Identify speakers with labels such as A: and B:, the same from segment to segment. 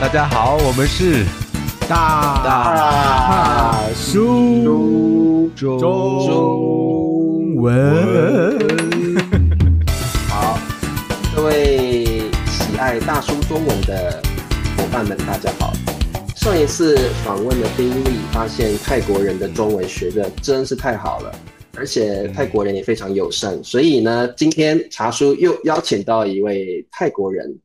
A: 大家好，我们是
B: 大
A: 大
B: 叔
A: 中
B: 中文，
C: 好，各位喜爱大叔中文的伙伴们，大家好。上一次访问的宾利发现泰国人的中文学的真是太好了，而且泰国人也非常友善，所以呢，今天茶叔又邀请到一位泰国人。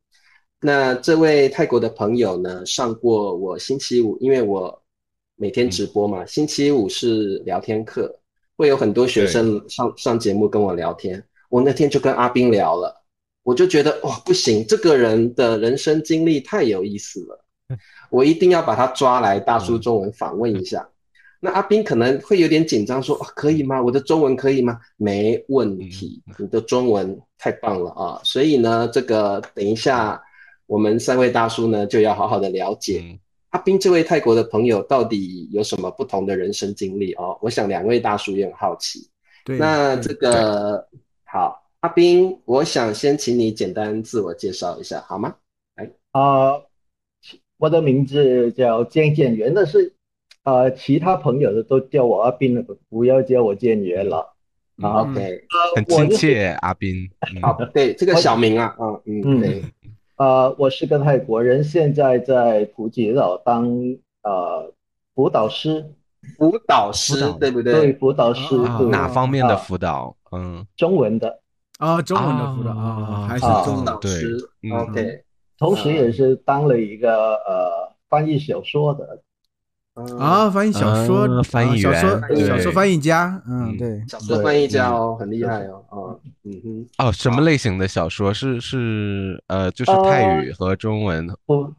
C: 那这位泰国的朋友呢，上过我星期五，因为我每天直播嘛，星期五是聊天课，会有很多学生上上节目跟我聊天。我那天就跟阿斌聊了，我就觉得哇，不行，这个人的人生经历太有意思了， 我一定要把他抓来大叔中文访问一下。那阿斌可能会有点紧张，说、啊、可以吗？我的中文可以吗？没问题，你的中文太棒了啊！所以呢，这个等一下我们三位大叔呢就要好好的了解。
A: 嗯
C: 阿斌这位泰国的朋友到底有什么不同的人生经历哦？我想两位大叔也很好奇。
B: 对，
C: 那
A: 嗯
C: 这个好，阿斌，我想先请你简单自我介绍一下好吗？
D: 啊，其我的名字叫建建元，但是啊，其他朋友的都叫我阿斌了，不要叫我建元了。啊，
B: 嗯
C: OK，
D: 呃
A: 很
D: 我
A: 亲
D: 就是
A: 切，阿斌。嗯
C: 好，对，这个小明啊，嗯嗯，
D: 嗯
C: 对，
D: 啊，我是个泰国人，现在在普吉岛当呃辅导师，
C: 辅导师
A: 辅导
C: 对不
D: 对，
C: 对？
D: 辅导师，
B: 啊
D: 对，
A: 哪方面的
D: 啊
A: 辅导？嗯，
D: 中文的，
B: 啊，中文的辅导
A: 啊
B: 啊，还是
D: 啊
B: 中文
C: 导哦师
A: 对嗯
C: OK，
D: 同时
B: 啊
D: 也是当了一个呃翻译小说的，
C: 嗯，
B: 啊，翻译小说
A: 啊，翻译
B: 啊小说
A: 员
B: 小说
A: 对
B: 翻译家，嗯，
A: 嗯
B: 对，
C: 小说翻译家哦，很厉害哦，啊，嗯哼，
A: 哦，什么类型的小说？是是呃，就是泰语和中文。
D: 不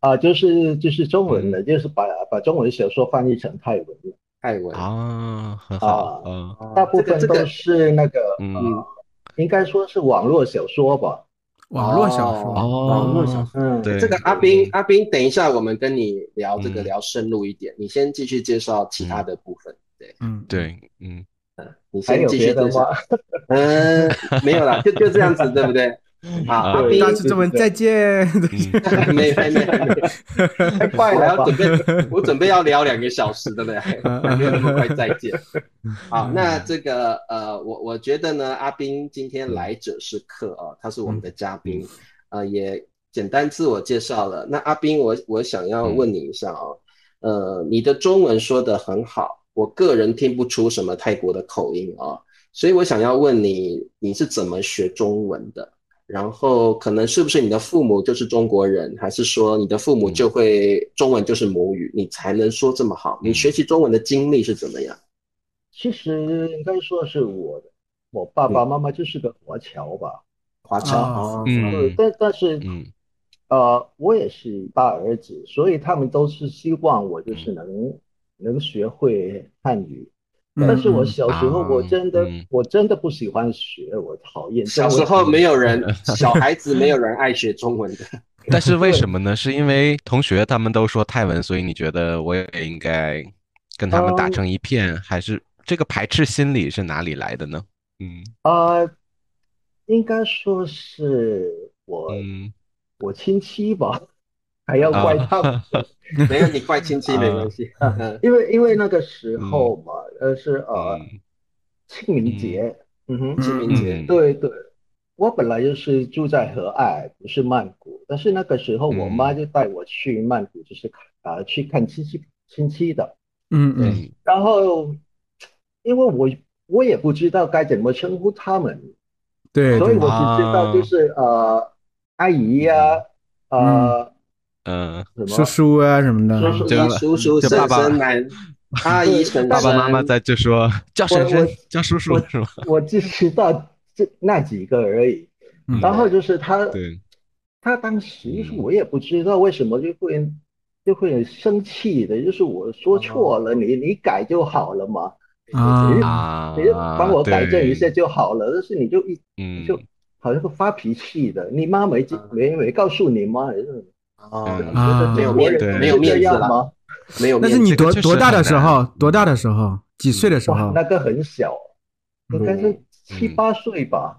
D: 啊，就是就是中文
B: 嗯
D: 的，就是把把中文小说翻译成泰文的。
C: 泰文
A: 啊，很好，嗯，
C: 啊
D: 大部
C: 这个
D: 分
C: 这
D: 都
C: 个
D: 是那个，
A: 嗯
D: 呃应该说是网络小说吧。
B: 网络小说，
A: 哦
B: 网络小说，
D: 嗯，
A: 对
C: 这个阿
A: 嗯
C: 斌，阿斌，等一下我们跟你聊这个
A: 嗯
C: 聊深入一点，你先继续介绍其他的部分，对
B: 嗯，，
A: 对，嗯，
C: 你
D: 还
C: 先
D: 有
C: 继续
D: 别的
C: 介绍
D: 吗？。
C: 嗯，没有啦，就就这样子，对不对？好，
A: 啊
C: 阿
D: 对
C: 斌，
B: 大致中文再见，
A: 嗯
C: 没没没没，
D: 太快
C: 我还
D: 了
C: 要
D: 吧
C: 准？备，我准备要聊两个小时的嘞，还 没有那么快再见。好，那这个呃，我我觉得呢，阿斌今天来者是客啊、他是我们的嘉宾，呃，也简单自我介绍了。那阿斌，我我想要问你一下哦，呃，你的中文说的很好，我个人听不出什么泰国的口音啊、所以我想要问你，你是怎么学中文的？然后可能是不是你的父母就是中国人，还是说你的父
A: 嗯
C: 母就会中文就是母语，你才能说这么好？
A: 嗯
C: 你学习中文的经历是怎么样？
D: 其实应该说是我的，我爸爸妈妈就是个华侨吧。
C: 华侨
B: 啊
C: 哦
D: 对，
A: 嗯
D: 但但是
A: 嗯
D: 呃，我也是大儿子，所以他们都是希望我就是
A: 嗯
D: 能能学会汉语。
C: 嗯
D: 但是我小时候
A: 啊
D: 我真的
A: 嗯
D: 我真的不喜欢学，我讨厌
C: 小
D: 中
C: 时
D: 文
C: 候没有人，小孩子没有人爱学中文的。
A: 但是为什么呢？是因为同学他们都说泰文，所以你觉得我也应该跟他们打
D: 嗯
A: 成一片，还是这个排斥心理是哪里来的呢？嗯
D: 啊，应该说是我
A: 嗯，
D: 我亲戚吧， 还要怪
B: 啊
D: 他们，
C: 没有你怪亲戚没关系。
A: 啊
C: 嗯
D: 因为因为那个时候
B: 嗯
D: 嘛，呃是呃
A: 嗯
D: 清明节，嗯哼，
C: 清明节
A: 嗯
D: 对对，我本来就是住在河爱，不是曼谷，但是那个时候
B: 嗯
D: 我妈就带我去曼谷，就是看啊去看亲戚亲戚的，
B: 嗯嗯
A: 嗯
D: 然后因为我我也不知道该怎么称呼他们，
B: 对，啊
D: 所以我
B: 对
D: 只知道就是呃阿姨呀，呃
A: 嗯，
D: 什么
B: 叔叔啊什么的，
D: 叔叔
A: 这
C: 姨叔叔、
A: 这
C: 婶
A: 爸爸
C: 婶、男阿姨、婶婶、
A: 爸爸妈妈在就说叫婶
D: 我
A: 婶
D: 我，
A: 叫叔叔
D: 我
A: 是吧？
D: 我只知道这那几个而已。
B: 嗯
D: 然后就是他，
A: 对，嗯
D: 他当时我也不知道为什么就会就会生气的，就是我说错了，你你改就好了嘛，
B: 啊
D: 嗯
A: 哦啊，
D: 你就帮我改正一下
A: 对，
D: 就好了。但是你就一
A: 嗯，啊
D: 就好像会发脾气的，你妈没
C: 嗯
D: 没没告诉你吗？就是
A: 嗯
C: 哦，
B: 啊
C: 没有
D: 国
C: 面
D: 人
C: 子，
A: 对
C: 没有
D: 是这
C: 面子
D: 样
C: 啦，
D: 吗？
C: 没有
B: 但
C: 面
B: 是
C: 子。
B: 你多
A: 这个确实
B: 多大的时
A: 很
B: 候
A: 难？嗯
B: 多大的时候？几岁的时
D: 哇
B: 候，？
D: 那个很小，应该是
C: 嗯
D: 七八岁
A: 嗯
D: 吧。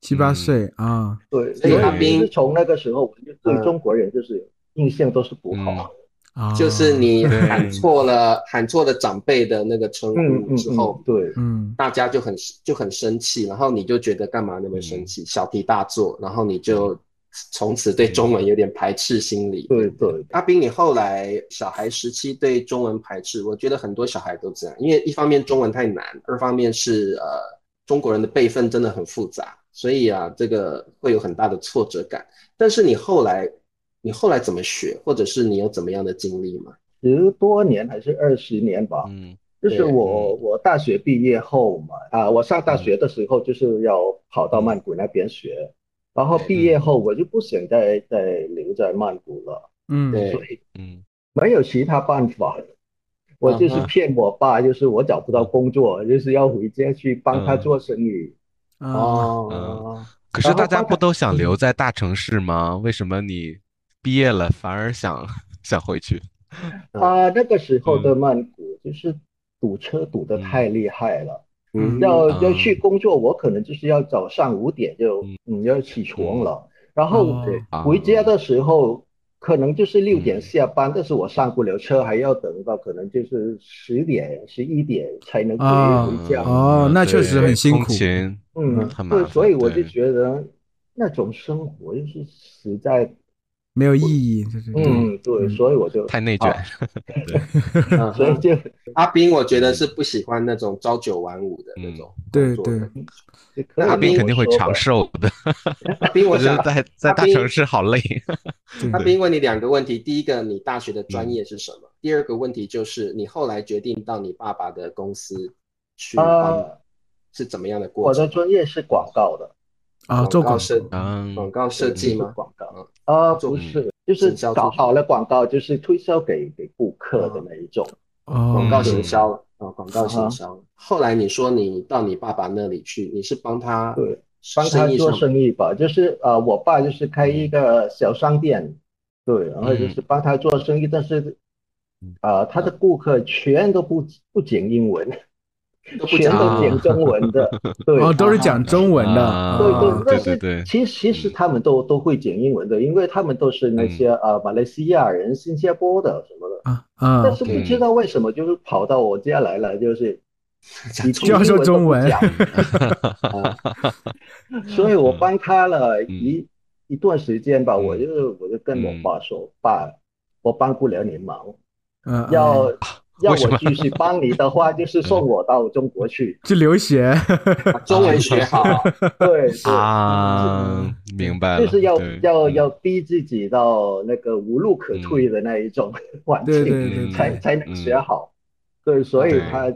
B: 七八岁啊，
D: 对，
C: 所
A: 以
D: 所以
A: 阿
D: 我
C: 斌
D: 是从那个时候我就对
C: 嗯
D: 中国人就是有印象都是不
A: 嗯
D: 好。
B: 啊，
C: 就是，你
A: 对
C: 喊错了喊错了长辈的那个称
D: 嗯
C: 呼
D: 嗯
C: 之后
D: 嗯，，对，
B: 嗯
C: 大家就很就很生气，然后你就觉得干嘛那么生气，小题大做，然后你就从此对中文有点排斥心理。
D: 对对，
C: 阿斌，你后来小孩时期对中文排斥，我觉得很多小孩都这样，因为一方面中文太难，二方面是呃中国人的辈分真的很复杂，所以啊这个会有很大的挫折感。但是你后来你后来怎么学，或者是你有怎么样的经历吗？
D: 十多年还是二十年吧，
A: 嗯
D: 就是
C: 对
D: 我我大学毕业后嘛，啊，我上大学的时候就是要跑到曼谷那边学，然后毕业后我就不想再再留在曼谷了，
B: 嗯，
C: 对
D: 所以
A: 嗯
D: 没有其他办法了，我就是
C: 嗯哼
D: 骗我爸，就是我找不到工作，就是要回家去帮他
A: 嗯
D: 做生意。
B: 啊，
C: 哦，
A: 可是
D: 呃然后嗯
A: 大家
D: 发
A: 不
D: 展
A: 都想留在大城市吗？为什么你毕业了反而想想回去？
C: 嗯
D: 啊，那个时候
A: 嗯
D: 的曼谷就是堵车堵得太厉害了，
C: 嗯
D: 要
A: 嗯
D: 要去工作，我可能就是要早上五点就嗯要起床了，
A: 嗯
D: 然后
B: 哦
D: 回回家的时候可能就是六点下班，但是我上不了车，还要等到可能就是十点十一点才能
B: 啊
D: 回回家。
B: 哦那确实
A: 嗯对
B: 很辛
A: 通
B: 苦
A: 勤
D: 嗯，
A: 很麻
D: 对，
A: 烦。
D: 所以我就
A: 对
D: 觉得那种生活就是实在，
B: 没有意义，就是
D: 嗯，对，
B: 嗯
D: 所以我就
A: 太内卷
D: 啊，
C: 嗯
D: 所以就
C: 阿斌，我觉得是不喜欢那种朝九晚五的那种
B: 对
C: 工作的。
B: 对，
D: 就可
C: 那
D: 以
A: 阿斌
D: 跟
A: 肯定
D: 我
A: 会
D: 说
A: 长
D: 吧
A: 寿的。
C: 阿斌，我
A: 我觉
C: 想
A: 得在在
C: 阿
A: 大
C: 斌
A: 城市好累。
B: 对
C: 阿斌问你两个问题，第一个，你大学的专业是什
D: 嗯
C: 么？第二个问题就是你后来决定到你爸爸的公司去帮
D: 呃
C: 是怎么样的过
D: 我
C: 程
D: 的？专业是广告的，
B: 啊，
C: 广
B: 做
C: 告
B: 广
C: 设
A: 嗯
C: 广告设计
D: 是
C: 吗？
D: 广告
C: 嗯，
D: 呃，
C: 做
D: 不
A: 嗯
D: 是，就是
C: 行销
D: 搞
C: 做嗯
D: 好了广告，就是推销给给顾客的那一种。
B: 哦，
C: 广告
A: 嗯
C: 行销了啊，广告行销。
D: 嗯
C: 后来你说你到你爸爸那里去，你是帮他
D: 对帮他
C: 生意
D: 做
C: 上嗯
D: 生意吧，就是呃，我爸就是开一个小商店，对，然后就是帮他做生意，但是
A: 嗯，
D: 呃，他的顾客全都不不讲英文，
C: 都不
D: 全
C: 讲
D: 都
A: 啊
D: 讲中文 的，对，
B: 哦，都是
D: 啊
B: 讲中文的，
A: 啊
D: 对对，
B: 啊
D: 但
A: 对
D: 是
A: 对
D: 其其实
A: 嗯
D: 他们都都会讲英文的，因为他们都是
C: 嗯
D: 那些呃马来西亚人、新加坡的什么的，
B: 啊啊
D: 但是不知道为什么就是跑到我家来了，就是你
B: 就要说中文
D: 英文都不
C: 啊
D: 讲，所以我帮他了一一段时间吧，
A: 嗯
D: 我就我就跟我爸说，爸，我帮不了你忙，
B: 嗯，嗯
D: 要要
A: 为什么
D: 我继续帮你的话，就是送我到中国去，
B: 去留学，
C: 把中文学 好，
D: 嗯对，对
A: 啊，明白了，
D: 嗯就是要
A: 对
D: 要
A: 嗯
D: 要逼自己到那个无路可退的那一种 环
B: 对对
D: 境，
B: 对对，
D: 才才能学好。对，所以
A: 对
D: 他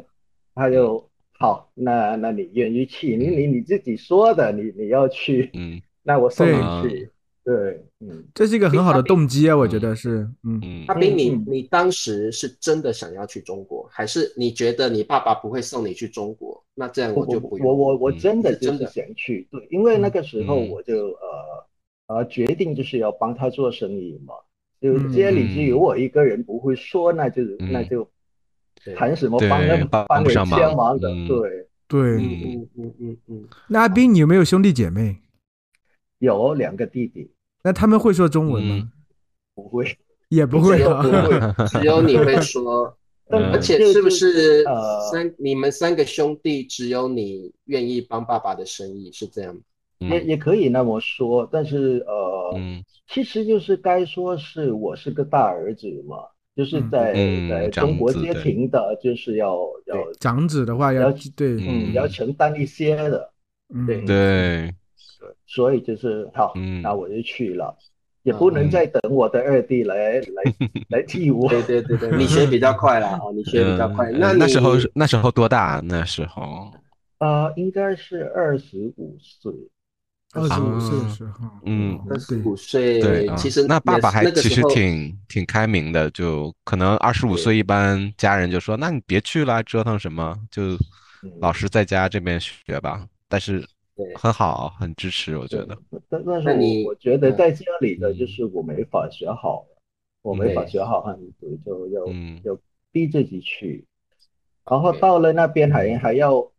D: 他就好，那那你愿意去？你你你自己说的，你你要去，
A: 嗯
D: 那我送
B: 对
D: 你去。对，嗯，
B: 这是一个很好的动机啊，我觉得是，嗯，
A: 嗯
C: 阿斌，你
D: 嗯嗯
C: 你当时是真的想要去中国，还是你觉得你爸爸不会送你去中国？那这样
D: 我
C: 我就
D: 我
C: 不
D: 我
C: 用。
D: 我我
A: 嗯
D: 真的
C: 是
D: 就
C: 真
D: 是
C: 的
D: 想去，对，因为那个时候
A: 嗯
D: 我就呃呃决定就是要帮他做生意嘛，就
B: 嗯
D: 家里只有我一个人不会说，那就
A: 嗯
D: 那就
C: 对
D: 谈什么
A: 对
D: 帮人
A: 帮
D: 帮
A: 不
D: 人
A: 上忙
D: 帮忙的，
A: 嗯
D: 对，
B: 对。
C: 嗯嗯嗯嗯嗯，
B: 那阿斌，你有没有兄弟姐妹？
D: 有两个弟弟，
B: 那他们会说中文吗？
D: 不会，
B: 也不会
C: 只有
B: 啊
C: 不。会，只有你会 说，
D: 但
A: 嗯
C: 而且
D: 就是
C: 不是
D: 就呃
C: 三你们三个兄弟只有你愿意帮爸爸的生意是这样吗？
D: 也也可以那么说，但是呃，
A: 嗯
D: 其实就是该说是我是个大儿子嘛，就是
B: 嗯
D: 在
A: 嗯
D: 在
A: 长
D: 中国
A: 子
D: 街
A: 对
D: 庭的，就是要要
B: 长子的话要
D: 要
B: 对，
D: 嗯要承担一些的，
B: 嗯
D: 对
A: 对，
D: 所以就是好，
A: 嗯
D: 那我就去了，也不能
A: 嗯
D: 再等我的二弟来 来来替我。
C: 对对对对，你学比较快啦，哦，你学比较快。
A: 嗯
C: 那
A: 呃
C: 你
A: 那时候是那时候多大？啊那时候
D: 呃，应该是二十五岁，
B: 二十五岁的
A: 啊
B: 时候，
A: 嗯
C: 二十
B: 对
C: 五岁，
A: 对啊
C: 其实
A: 那爸
C: 也
A: 爸
C: 是
A: 还
C: 那个
A: 其
C: 时
A: 实
C: 候
A: 挺挺开明的，就可能二十五岁一般家人就说，那你别去了，折腾什么？就老
D: 嗯
A: 师在家这边学吧。但是
C: 对
A: 很好，很支持，我觉得。
D: 但但是
C: 那
D: 我
C: 你
D: 我觉得
C: 嗯
D: 在家里的就
A: 嗯
D: 是我没法学好，我没法
C: 对
D: 学好汉语，就要
A: 嗯
D: 要逼自己去，然后
C: 对
D: 到了那边还还要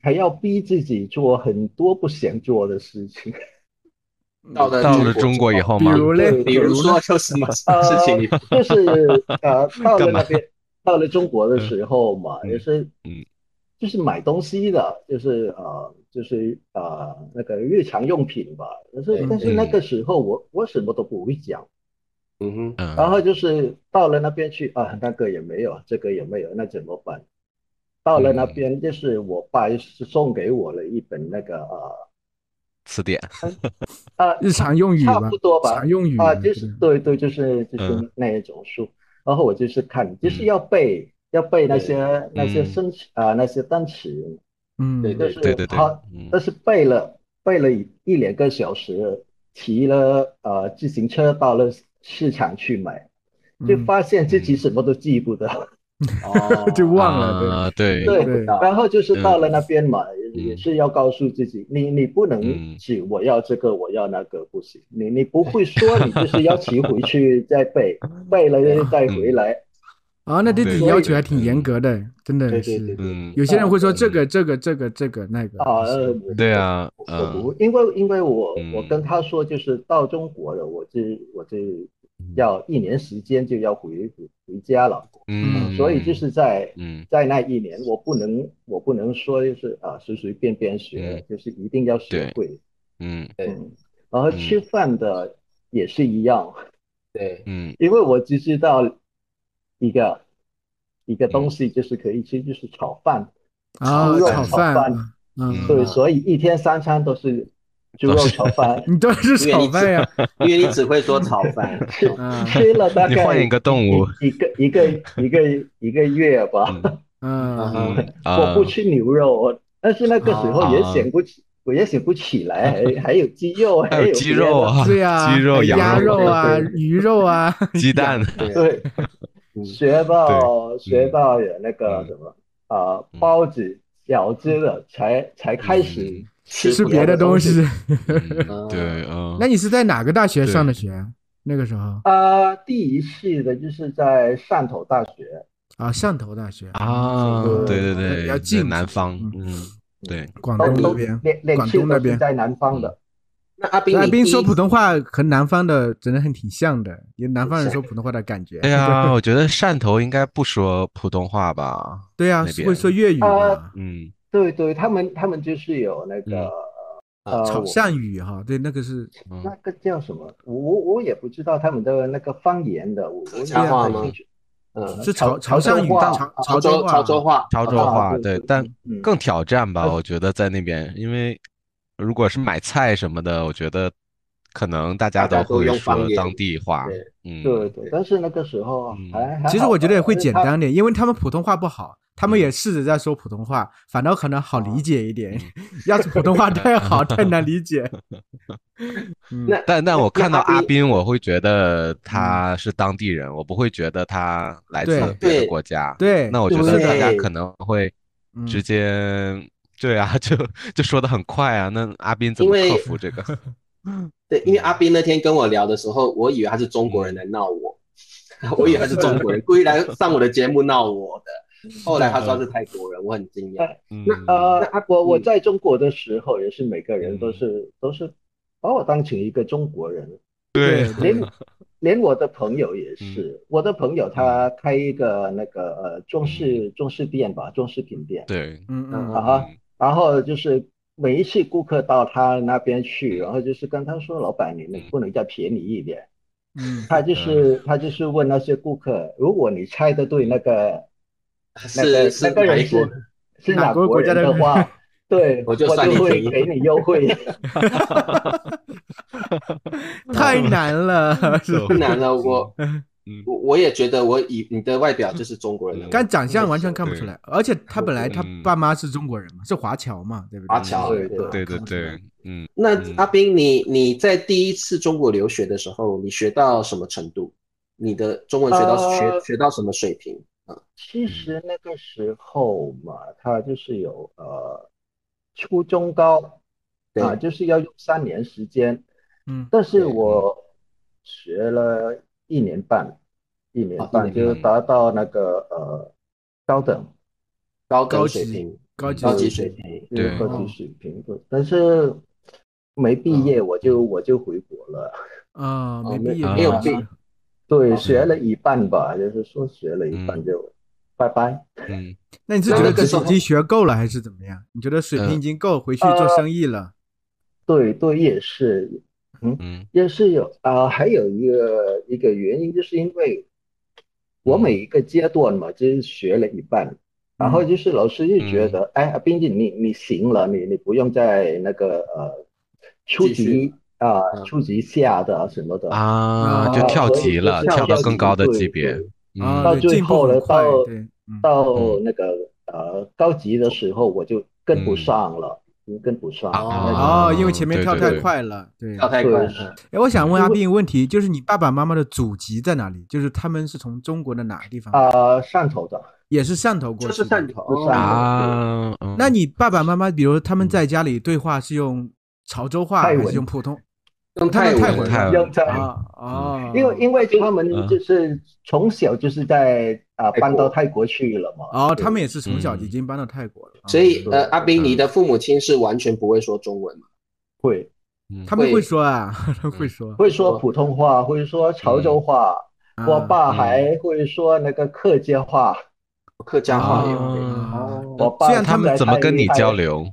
D: 还要逼自己做很多不想做的事情，
C: 到了
A: 到了
C: 中国
A: 中国以后
B: 比
A: 吗？
B: 如嘞，
C: 比如说有什么 事
D: 呃，
C: 情你
D: 就是呃，到
A: 啊
D: 了
A: 干嘛
D: 那边，到了中国的时候嘛，
A: 嗯
D: 也是，
A: 嗯，
D: 就是买东西的，就是呃，就是呃，那个日常用品吧。但是
C: 对
D: 但是那
A: 嗯
D: 个时候我我什么都不会讲，
C: 嗯哼，
A: 嗯，
D: 然后就是到了那边去啊，那个也没有，这个也没有，那怎么办？到了那
A: 嗯
D: 边，就是我爸是送给我了一本那个
A: 词典，
D: 呃啊，
B: 日常用语
D: 差
B: 吧，
D: 不多吧
B: 常用语
D: 啊，
B: 嘛
D: 就是对对，就是就是
A: 嗯
D: 那一种书，然后我就是看，就是
A: 嗯
D: 要背要背那些那些
A: 嗯
D: 生词啊那些单词，
B: 嗯，
C: 对
D: 就是
A: 对对对
D: 好，，
A: 嗯
D: 但是背了背了一一两个小时，骑了呃自行车到了市场去买，就
B: 嗯
D: 发现自己什么都记不得，
C: 哦
B: 就忘了对
A: 啊，对
D: 对
B: 对
D: 然后就是到了那边嘛，
A: 嗯
D: 也是要告诉自己，你你不能
A: 嗯
D: 只我要这个，我要那个，不行，你你不会说，你就是要骑 回去再背，背了再回来。
B: 啊，那对自己
D: 对
B: 要求还挺严格的，真的
C: 对对对
B: 是。
C: 对，
A: 嗯，
B: 有些人会说
A: 嗯
B: 这个这个这个这个那个
D: 啊，
B: 是
D: 呃
A: 对，啊，
D: 我我不
A: 嗯
D: 会，因为因为我
A: 嗯
D: 我跟他说，就是到中国了，我这我这要一年时间就要回回回家了，
A: 嗯，
D: 所以就是在
A: 嗯
D: 在那一年，我不能我不能说就是啊随随便便学，就是一定要学
A: 嗯对
D: 会。
A: 嗯
D: 嗯，然后吃饭的也是一样，
C: 对，
A: 嗯
D: 因为我只知道一个一个
A: 嗯
D: 东西就是可以吃，就是炒饭，
B: 啊
D: 猪肉
B: 炒
D: 炒
B: 饭
D: 饭
B: 啊，嗯，
D: 对，
C: 嗯
D: 所以一天三餐都是猪肉炒 饭，
B: 你当然是炒饭呀，
C: 因为你只会说炒饭，
B: 啊
D: 吃了大
A: 嗯你
D: 概
A: 换一个动 物
D: 一一个一个一个一个月吧，
B: 嗯，
C: 嗯
A: 嗯
D: 我
A: 啊
D: 不，吃牛肉，但是那个时候也想不起，我也想不 起来，还还有鸡肉，
A: 还
D: 有
A: 有鸡肉啊，
B: 对 呀，
A: 鸡肉、
B: 还有鸭
A: 羊
B: 肉啊，
D: 对对
B: 鱼 肉啊，
A: 鸡蛋，
C: 对
D: 别的，对，
C: 嗯
D: 学到学到有那个
A: 嗯
D: 什么啊
A: 嗯
D: 包子、饺子
C: 嗯
D: 了，才才开始
A: 嗯
C: 吃
B: 是
C: 不
B: 别
C: 了
B: 的东
D: 西
B: 西。
A: 嗯对，嗯，
B: 那你是在哪个大学
A: 对
B: 上的学？那个时候
D: 啊，第一次的就是在汕头大学，
B: 啊，汕头大学
A: 啊，对对对，
B: 比较
A: 在
B: 近
A: 南方，
B: 嗯
A: 嗯，对，
B: 广
D: 都
B: 东那
D: 都
B: 边，
D: 连连
B: 广
D: 去
B: 东那
D: 都是
B: 边
D: 在南方
C: 嗯
D: 的，
C: 那阿
B: 对
C: 斌，
B: 阿
C: 你
B: 斌
C: 第
B: 说
C: 一
B: 普通话和南方的真的挺像的，有南方人说普通话的感觉。
A: 对啊，我觉得汕头应该不说普通话吧，
B: 对啊，
A: 那
B: 是
A: 边
B: 会说粤语吧？
A: 嗯
D: 对对，他们他们就是有那个
C: 嗯
D: 呃
B: 潮
D: 我
B: 汕语哈，对，那个是
A: 嗯
D: 那个叫什么，我我我也不知道他们的那个方言的，我
C: 客
D: 我
C: 家
D: 也
C: 话
D: 不
C: 吗嗯
D: 清楚嗯，
B: 是潮
D: 潮
B: 潮汕语
D: 州话
B: 潮
D: 啊
B: 潮州
C: 州
B: 话
C: 潮州话，
A: 潮州话，
D: 啊
A: 对
D: 对，
A: 但
D: 嗯
A: 更挑战吧，
D: 嗯
A: 我觉得在那边，因为如果是买菜什么的，我觉得可能大家
C: 大家
A: 都
C: 都
A: 会
C: 用方
A: 说
C: 言
A: 当地话，嗯，
D: 对对，但是那个时候
A: 嗯
D: 还还
B: 其实
D: 好
B: 我
D: 吧
B: 觉得也会简。
D: 因为
B: 单点，因为他们普通话不好，他们也试着在说普通话，反倒可能好理解一
A: 哦
B: 点。 要是普通话
A: 嗯
B: 太好，太难理解。嗯
C: 那
A: 但但我看到
C: 阿
A: 阿
C: 斌
A: 斌，我会觉得他是当地人，我不会觉得他来自
B: 对
A: 别的
C: 对
A: 国家。
B: 对，
A: 那我觉得大家
C: 对
A: 可能会
B: 嗯
A: 直接，对啊， 就就说的很快啊。那阿斌怎么
C: 因为
A: 克服这个？
C: 对，
D: 嗯
C: 因为阿斌那天跟我聊的时候，我以为他是中国人来闹我，
D: 嗯
C: 我以为他是中国人，故意来上我的节目闹我
D: 嗯
C: 的。后来他说他是泰国人，我很惊讶。
A: 嗯
D: 那呃，我我
C: 嗯
D: 在中国的时候，也是每个人都
A: 嗯
D: 是都是把我当成一个中国人，
A: 对，
B: 对
D: 连连我的朋友也是，我的朋友他开一个那个呃装饰装饰店吧，装饰品店，
A: 对，
B: 嗯嗯
D: 啊
B: 嗯，
D: 哈，
A: 嗯
D: 然后就是每一次顾客到他那边
A: 嗯
D: 去，然后就是跟他说，老板你能不能再便宜一点？
B: 嗯
D: 他就是他就是问那些顾客，如果你猜的对那个嗯那
C: 是
D: 个
C: 是
D: 那个人
C: 哪一国
D: 是
C: 人？
D: 是
B: 哪
D: 哪
B: 国
D: 国
B: 国家
D: 人
B: 的
D: 的
B: 人
D: 话，对
C: 我就
D: 我
C: 算
D: 就
C: 你
D: 会
C: 便宜
D: 给你优惠。
B: 太 难了。是
A: 对
C: 不难了，我
B: 嗯
C: 我我也觉得我以你的外表就是中国人的。
D: 嗯
B: 但长相完全看不出来，而且他本来他
A: 嗯
B: 爸妈是中国人嘛，是华侨嘛，对不对？
C: 华侨
D: 对
B: 对
A: 对对
D: 对
B: 看不出来
A: 对，嗯，
C: 那
A: 嗯
C: 阿斌，你你在第一次中国留学的时候，你学到什么程度？你的中文学到学
D: 呃
C: 学到什么水平？嗯
D: 其实那个时候嘛，他就是有呃初中高
C: 对
D: 啊，就是要用三年时间，
B: 嗯
D: 但是
C: 对
D: 我学了一年半，一年
C: 啊一
D: 半
C: 年
D: 就
A: 半
D: 达到那个呃高等
C: 高等
B: 高
C: 水
B: 级
C: 平，
B: 高级
C: 高级
D: 对
C: 水
D: 水
C: 平嗯
D: 就是
A: 对
D: 高级
B: 哦
D: 水平，但是没毕业我就我就回国了。
B: 啊，没
D: 没
B: 毕业
A: 没有
B: 啊
D: 毕对，
C: 哦
D: 学了一半吧，就是说学了一半
A: 嗯
D: 就拜拜。
A: 嗯，
B: 那你是
C: 那
B: 觉得
C: 那个
B: 自
C: 时
B: 己
C: 候
B: 已经学够了，还是怎么样？你觉得水平
A: 呃
B: 已经够，回去做生意了？
D: 对对，也是
A: 嗯
D: 也是有啊、还有一个一个原因，就是因为我
A: 嗯
D: 每一个阶段嘛，就是学了一半，然后就是老师就觉
A: 嗯
D: 得，哎，阿斌姐你你行了，你你不用再那个呃初
C: 继续
D: 级啊、
C: 嗯
D: 初级下的啊什么的，
A: 啊，就
D: 啊
A: 跳
D: 所以
A: 级
D: 就
A: 了，
D: 跳
A: 跳到
D: 级
A: 更高的
D: 对
A: 级别
D: 对。
A: 嗯
B: 啊，
D: 到
B: 对
D: 最
B: 进步
D: 后
B: 很
D: 了
B: 快
D: 到，
B: 对，嗯
D: 到
A: 嗯
D: 那个呃高级的时候我就跟不
A: 嗯
D: 上了，跟不上
C: 啊
D: 那个
B: 哦，因为前面
A: 对
B: 跳
A: 对
B: 太
A: 对
B: 快了，对。
C: 跳太快
D: 对
C: 了。
B: 哎，我想问
D: 因
B: 阿
D: 为
B: 斌一个问题，就是你爸爸妈妈的祖籍在哪里？就是他们是从中国的哪个地方？
D: 啊汕头的，
B: 也是汕头过
C: 就
B: 去
C: 是哦
B: 的。
C: 汕头
D: 不是啊
A: 啊，嗯
B: 那你爸爸妈妈，比如他们在家里对话是用潮州话
D: 泰
B: 还
D: 文
B: 是用普通？
C: 用
B: 他们泰
C: 文
B: 文
A: 泰
D: 要
A: 文
D: 在
A: 嗯
B: 啊哦，
D: 因为因为他们
A: 嗯
D: 就是从小就是在啊
C: 泰
D: 搬
C: 国
D: 到泰国去了嘛，
B: 哦，
D: 对
B: 他们也是从小已
A: 嗯
B: 经搬到泰国了，啊
C: 所以
D: 对
C: 呃，阿斌，你的父母亲是完全不会说中文嘛？
D: 会
A: 嗯
B: 他们会
C: 会
B: 说啊， 他们会说。
D: 会说
A: 哦
D: 普通话，会说潮
A: 嗯
D: 州话，
B: 啊
D: 我爸还会说那个客家话，哦
C: 客家话也
A: 啊
C: 会。
B: 啊
D: 我爸
B: 虽然
A: 他们
D: 来
A: 怎么
D: 泰
A: 跟你
D: 泰
A: 交流？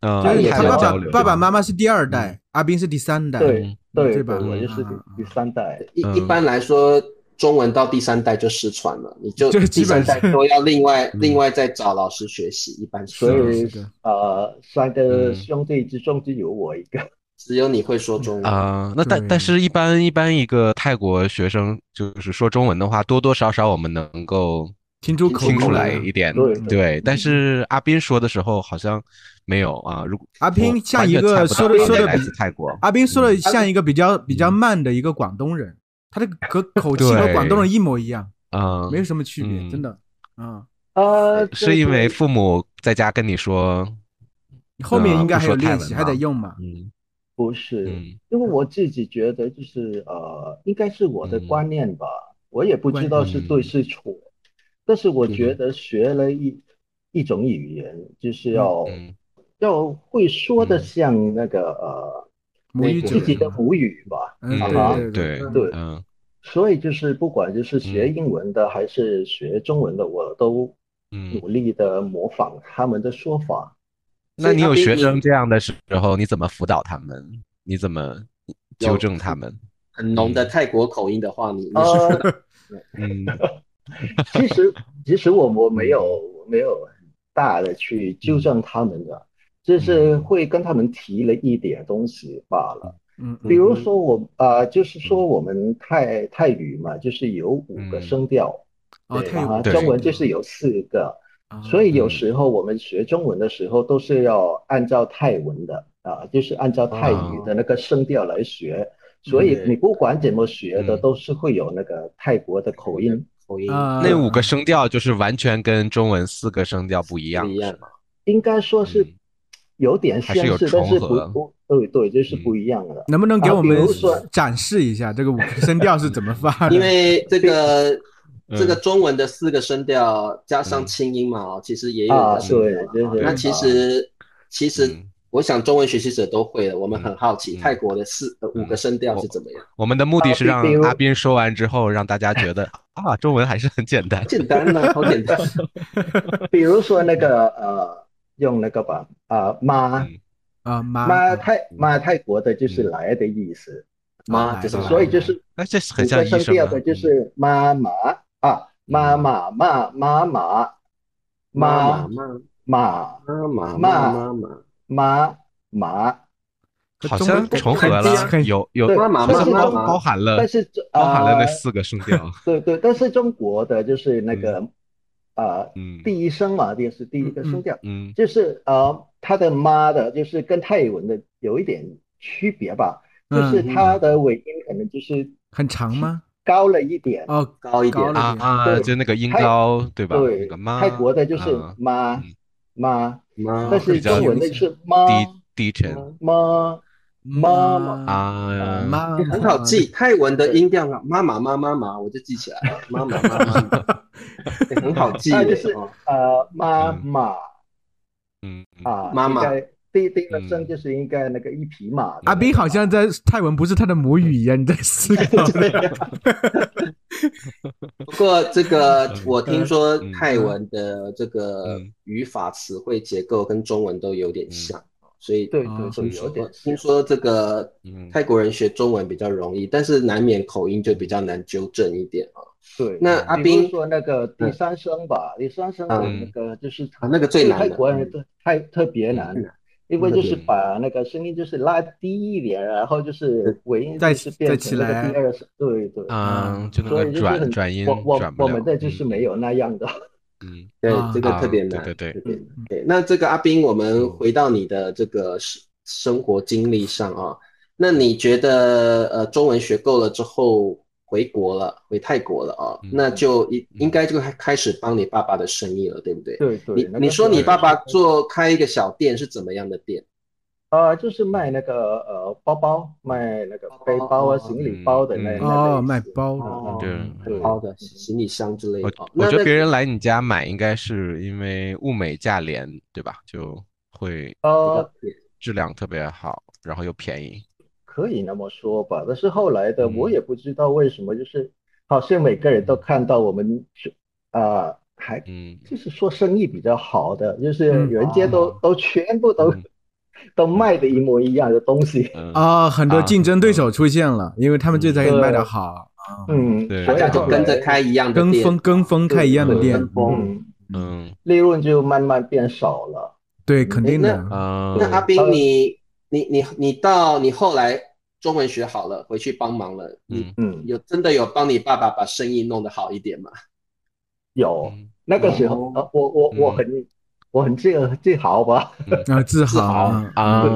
A: 嗯，
B: 就是
C: 也
B: 他
A: 泰文
B: 爸
A: 交
B: 爸
A: 流
B: 爸爸妈妈是第二代，阿斌是第三代。
D: 对
A: 嗯
D: 对
B: 对
D: 对
B: 吧
D: 我就是
B: 嗯
D: 第第三代，
C: 一
A: 嗯
C: 一般来说，中文到第三代就失传了，你就
B: 就
C: 第
B: 基本
C: 三代
B: 上
C: 都要 另外
A: 嗯
C: 另外再找老师学习，一般
D: 所
C: 是
B: 是的
D: 以
B: 是的
D: 呃三个
A: 嗯
D: 兄弟之中就有我一个，
C: 只有你会说中文。
A: 啊，那但
B: 对
A: 但是，一般一般一个泰国学生就是说中文的话，多多少少我们能够
B: 听出口
A: 听
B: 音
A: 出
B: 了
A: 来一点，
D: 对
A: 对。但是阿斌说的时候好像没有啊。如果
B: 阿斌
A: 我
B: 像
A: 完
B: 一
A: 全
B: 个
A: 猜不到
B: 说得
A: 阿
B: 说
A: 斌
B: 得
A: 来
B: 比
A: 自泰国，
B: 阿斌说的像一个比较比较慢的一个广东人，他的和口气和
A: 对
B: 广东人一模一样，
A: 嗯
B: 没，有什么区别，
A: 嗯
B: 真的。啊，
D: 呃，
A: 是因为
D: 对
A: 父母在家跟你说，啊
B: 后面应该还有
A: 不说泰
B: 练
A: 文
B: 习，
A: 吗
B: 还得用嘛。
A: 嗯
D: 不是，
A: 嗯
D: 因为我自己觉得就是呃，应该是我的
A: 嗯
D: 观念吧，我也不知道是
A: 嗯
D: 对是错，但是我
A: 嗯
D: 觉得学了一一种语言，就是要
A: 嗯
D: 要会说的
A: 嗯
D: 像那个呃
B: 母语者
D: 自己的母语吧，
B: 嗯，
A: 嗯
D: 啊
B: 对对
A: 对
D: 对，
A: 嗯
D: 所以就是不管就是学英文的还是学中文的，我都
A: 嗯。
D: 努力的模仿他们的说法。
A: 那你
C: 所以
A: 有
C: 阿斌
A: 学
C: 你
A: 生这样的时候，你怎么辅导他们？你怎么纠
C: 有
A: 正他们？
C: 很浓的泰国口音的话，你你是
D: 呃，
A: 嗯
D: 其实其实我我没有我没有很大的去纠正他们的，就是会跟他们提了一点东西罢了。
B: 嗯，
D: 比如说我啊、呃就是说我们泰泰语嘛，就是有五个
A: 嗯
D: 声调，
B: 哦，
D: 对
B: 泰
D: 啊
B: 语
A: 对
D: 中文就是有四个，所以有时候我们学中文的时候都是要按照泰文的啊，就是按照泰语的那个声调来学，
B: 嗯
D: 所以你不管怎么学的，
A: 嗯
D: 都是会有那个泰国的口音。
C: 口音
D: 呃
B: 啊，
A: 那五个声调就是完全跟中文四个声调不一样嗯
C: 不一样
A: 是吗？
D: 应该说是
A: 嗯
D: 有点相
A: 还是
D: 似，
A: 有
D: 但是
A: 重合嗯
D: 不不对对，就是不一样的。
B: 能不能给
D: 啊
B: 我
D: 比
B: 们
D: 如说
B: 展示一下这个五个声调是怎么发的？
C: 因为这个
A: 嗯
C: 这个中文的四个声调加上
A: 嗯
C: 清音嘛，哦，其实也有
D: 啊，
C: 一个声调
D: 对
C: 啦，
D: 就是
C: 那其实其实
A: 嗯
C: 我想中文学习者都会的，我们很好奇
A: 嗯
C: 泰国的四呃五个声调是怎么样，
A: 我们的目的是让
D: 啊比比如
A: 阿斌说完之后，让大家觉得啊，中文还是很简 单。
C: 简单呐，好简单。
D: 啊比如说那个呃，用那个吧啊妈
A: 嗯
B: 啊妈
D: 妈
B: 啊
D: 泰妈泰国的就是
A: 嗯
D: 来的意思，
C: 妈
B: 来
C: 就是
B: 了
D: 所以就是
A: 那这是很
D: 五
A: 像
D: 个
A: 医
D: 声
A: 生
D: 调
A: 啊。嗯
D: 的就是妈妈啊妈妈妈妈妈
C: 妈妈妈
D: 妈妈
C: 妈
D: 妈
C: 妈妈
D: 妈妈，
B: 和
A: 好
B: 中文
A: 像重合
B: 很
A: 了，
B: 很
A: 有有
D: 对
C: 妈妈
A: 好像
D: 但是
A: 包
C: 妈
D: 中
C: 妈
A: 包含了
D: 但是这
A: 呃包含了那
D: 呃
A: 四个声 调。
D: 对对，但是中国的就是那个呃
A: 嗯
D: 第一声嘛，就是第一个
B: 嗯
D: 声调，
A: 嗯
D: 就是呃它的妈的，就是跟泰文的有一点区别吧，就是
B: 嗯
D: 它的尾音可能就是
B: 很长吗？
D: 高了一点，
B: 哦，
C: 高一点
B: 高了
A: 啊啊，
D: 对
A: 就那个音
D: 泰
A: 高对吧？那
D: 对
A: 个，妈，
D: 泰国的就是
A: 啊
D: 妈
A: 嗯哦
D: 妈，
C: 妈
D: 但是
A: 比较
D: 中文
B: 有
D: 的
B: 一些
D: 是妈
A: 低低沉
D: 妈妈妈
A: 啊，
B: 妈
C: 很好记，泰文的音调啊，妈妈妈妈妈，我就记起来了，妈妈妈妈 妈，欸很好记
D: 啊就
C: 耶
D: 是
C: 哦，
D: 呃妈
A: 嗯
D: 妈
A: 嗯嗯
D: 啊，
C: 妈妈
D: 应该第第一个
A: 嗯
D: 声就是应该那个一匹马。
B: 阿斌好像在泰文不是他的母语一样，你在思考。
C: 不过这个我听说泰文的这个语法、词汇结构跟中文都有点像，哦所以
D: 对
A: 哦
D: 对对，有点。
C: 听说这个
A: 嗯
C: 泰国人学中文比较容易，但是难免口音就比较难纠正一点啊。
D: 对，
C: 那阿斌
D: 说那个第三声吧，第三声的
A: 嗯
D: 那个就是
C: 啊，那个最难，嗯
D: 泰国人特太特别难，因为就是把那个声音就是拉低一点，然后就是尾音
B: 再
D: 是变
B: 起
D: 成那
B: 来，
D: 个第二声，对对，
A: 嗯，就那
D: 所
A: 个
D: 以就是
A: 转
D: 很
A: 转音
D: 我我
A: 转不
D: 我
A: 了
D: 们这就是没有那样的，
A: 嗯，
C: 对
B: 啊，
C: 这个
A: 啊
C: 特别
A: 对
C: 难。
A: 对对
C: 对嗯对，那这个阿斌，我们
A: 嗯
C: 回到你的这个生生活经历上啊，那你觉得呃，中文学够了之后回国了，回泰国了啊，
A: 嗯
C: 那就应应该就开开始帮你爸爸的生意了，对不对？
D: 对对。
C: 你
D: 那个
C: 你说
D: 是
C: 你爸爸做开一个小店是怎么样的店？
D: 呃，就是卖那个呃包包，卖那个背包啊、行李包的那
A: 嗯
D: 那
B: 哦，
D: 类
B: 卖
D: 型
B: 包
D: 嗯
B: 的，
D: 嗯
A: 对
D: 对
C: 包的行李箱之类的
A: 我
C: 啊。
A: 我
C: 那
A: 觉得
C: 那
A: 别人来你家买，应该是因为物美价廉，对吧？就会
D: 呃，
A: 质量特别好，然后又便宜。
D: 可以那么说吧。但是后来的
A: 嗯
D: 我也不知道为什么，就是好像每个人都看到我们是啊，还
A: 嗯，
D: 就是说生意比较好的，就是
B: 嗯
D: 人家都
C: 哦
D: 都全部都
A: 嗯
D: 都卖的一模一样的东西，
A: 嗯
B: 哦，很多
A: 啊
B: 竞争对手出现了，因为他们就在给你卖的
D: 对
B: 好，
D: 嗯，
A: 对
D: 所
C: 大
D: 以
C: 家就
D: 后
C: 跟着
D: 来
C: 开一样的
B: 跟
C: 店，
B: 风跟风开一样的
C: 对
B: 店
C: 跟，风
D: 嗯，
A: 嗯
D: 利润就慢慢变少了。
B: 对，肯定的。
A: 啊
C: 那阿
D: 他
C: 斌，你你你你到你后来中文学好了，回去帮忙了，你
A: 嗯
D: 嗯，
C: 有真的有帮你爸爸把生意弄得好一点吗？
D: 有
A: 嗯
D: 那个时候，呃，我我我
A: 嗯
D: 很我很自自豪吧，
B: 啊，自
C: 自豪
B: 豪，嗯
A: 啊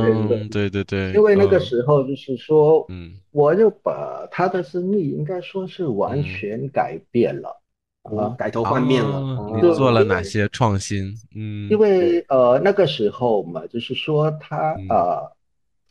D: 对，
A: 对对对，
D: 因为那个
A: 嗯
D: 时候就是说，
A: 嗯
D: 我就把他的生意应该说是完
A: 嗯
D: 全改变了啊，
C: 改头换面了，
A: 啊
C: 哦
A: 你
D: 对
A: 做了
D: 因
A: 哪
D: 为
A: 些创新？嗯，
D: 因为呃那个时候嘛，就是说他
A: 嗯
D: 呃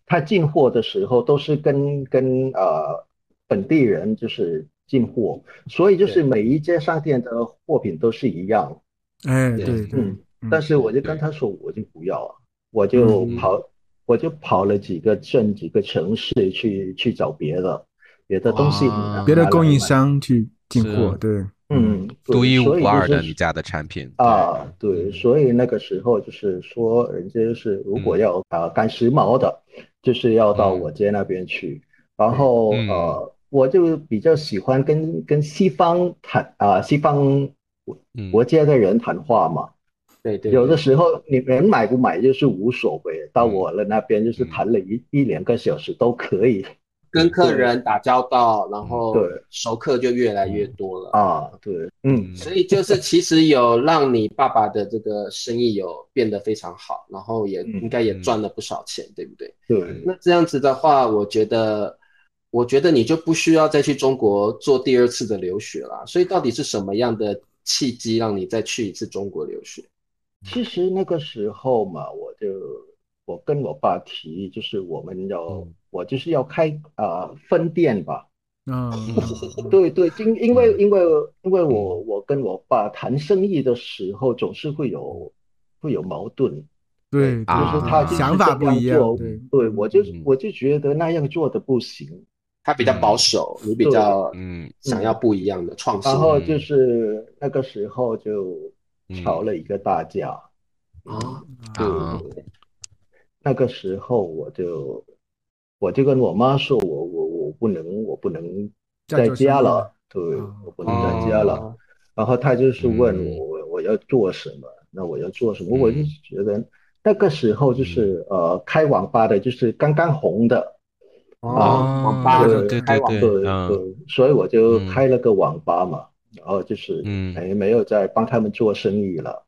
D: 他进货的时候都是跟跟呃本地人就是进货，所以就是
C: 对
D: 每一家商店的货品都是一样，
B: 哎，
C: 对
B: 对对，
D: 嗯，但是我就跟他说，我就不要啊，我就
A: 嗯
D: 跑，我就跑了几个镇、几个城市去去找别的别的东西
A: 哇，
B: 别的
D: 拿来
B: 供应
D: 卖，
B: 商去进
A: 是
B: 货，对，
D: 嗯，对
A: 独一
D: 所以
A: 无
D: 就
A: 二
D: 是
A: 的你家的产品
D: 啊，对，
A: 嗯
D: 所以那个时候就是说，人家就是如果
A: 嗯
D: 要啊赶时髦的，就是要到
A: 嗯
D: 我家那边去，然后
A: 嗯
D: 呃，我就比较喜欢跟跟西方谈啊，西方
A: 嗯
D: 国家的人谈话嘛。
C: 对对，
D: 有的时候你们买不买就是无所谓，到我了那边就是
A: 嗯
D: 谈了一一两个小时都可以
C: 跟客人打交道，然后
D: 嗯对
C: 熟客就越来越多了。
D: 啊，对，嗯，
C: 所以就是其实有让你爸爸的这个生意有变得非常好，然后也
D: 嗯
C: 应该也赚了不少钱，对不对？
D: 对，
C: 那这样子的话，我觉得，我觉得你就不需要再去中国做第二次的留学啦。所以到底是什么样的契机让你再去一次中国留学？
D: 其实那个时候嘛，我就我跟我爸提，就是我们要
A: 嗯
D: 我就是要开啊分店吧，
B: 嗯，
D: 对对，因因为
A: 嗯
D: 因为因为我
B: 嗯
D: 我跟我爸谈生意的时候总是会有会有矛盾，
B: 对，
A: 啊
D: 就是他就是
B: 想法不一
D: 这 样
B: 样
D: 做，
B: 对，
D: 对，我就
A: 嗯
D: 我就觉得那样做的不行。
C: 他
D: 嗯
C: 比较保守，你比较
A: 嗯
C: 想要不一样的创新
D: 然。后就是那个时候就
B: 嗯
D: 吵了一个大架，
C: 啊，
D: 对
A: 啊
D: 那个时候我就我就跟我妈说我，我我不能，我不能在家了，对，
B: 嗯
D: 我不能在家
C: 啊
D: 了。然后她就是问
A: 哦嗯
D: 我，我我要做什么？那我要做什么？
A: 嗯
D: 我就觉得那个时候就是呃，开网吧的，就是刚刚红的，
C: 哦，网吧
A: 啊
D: 对
A: 对
C: 开
A: 对对，
C: 网
D: 对
A: 嗯
D: 对，所以我就
A: 嗯
D: 开了个网吧嘛，然后就是
A: 嗯
D: 哎，没有在帮他们做生意了。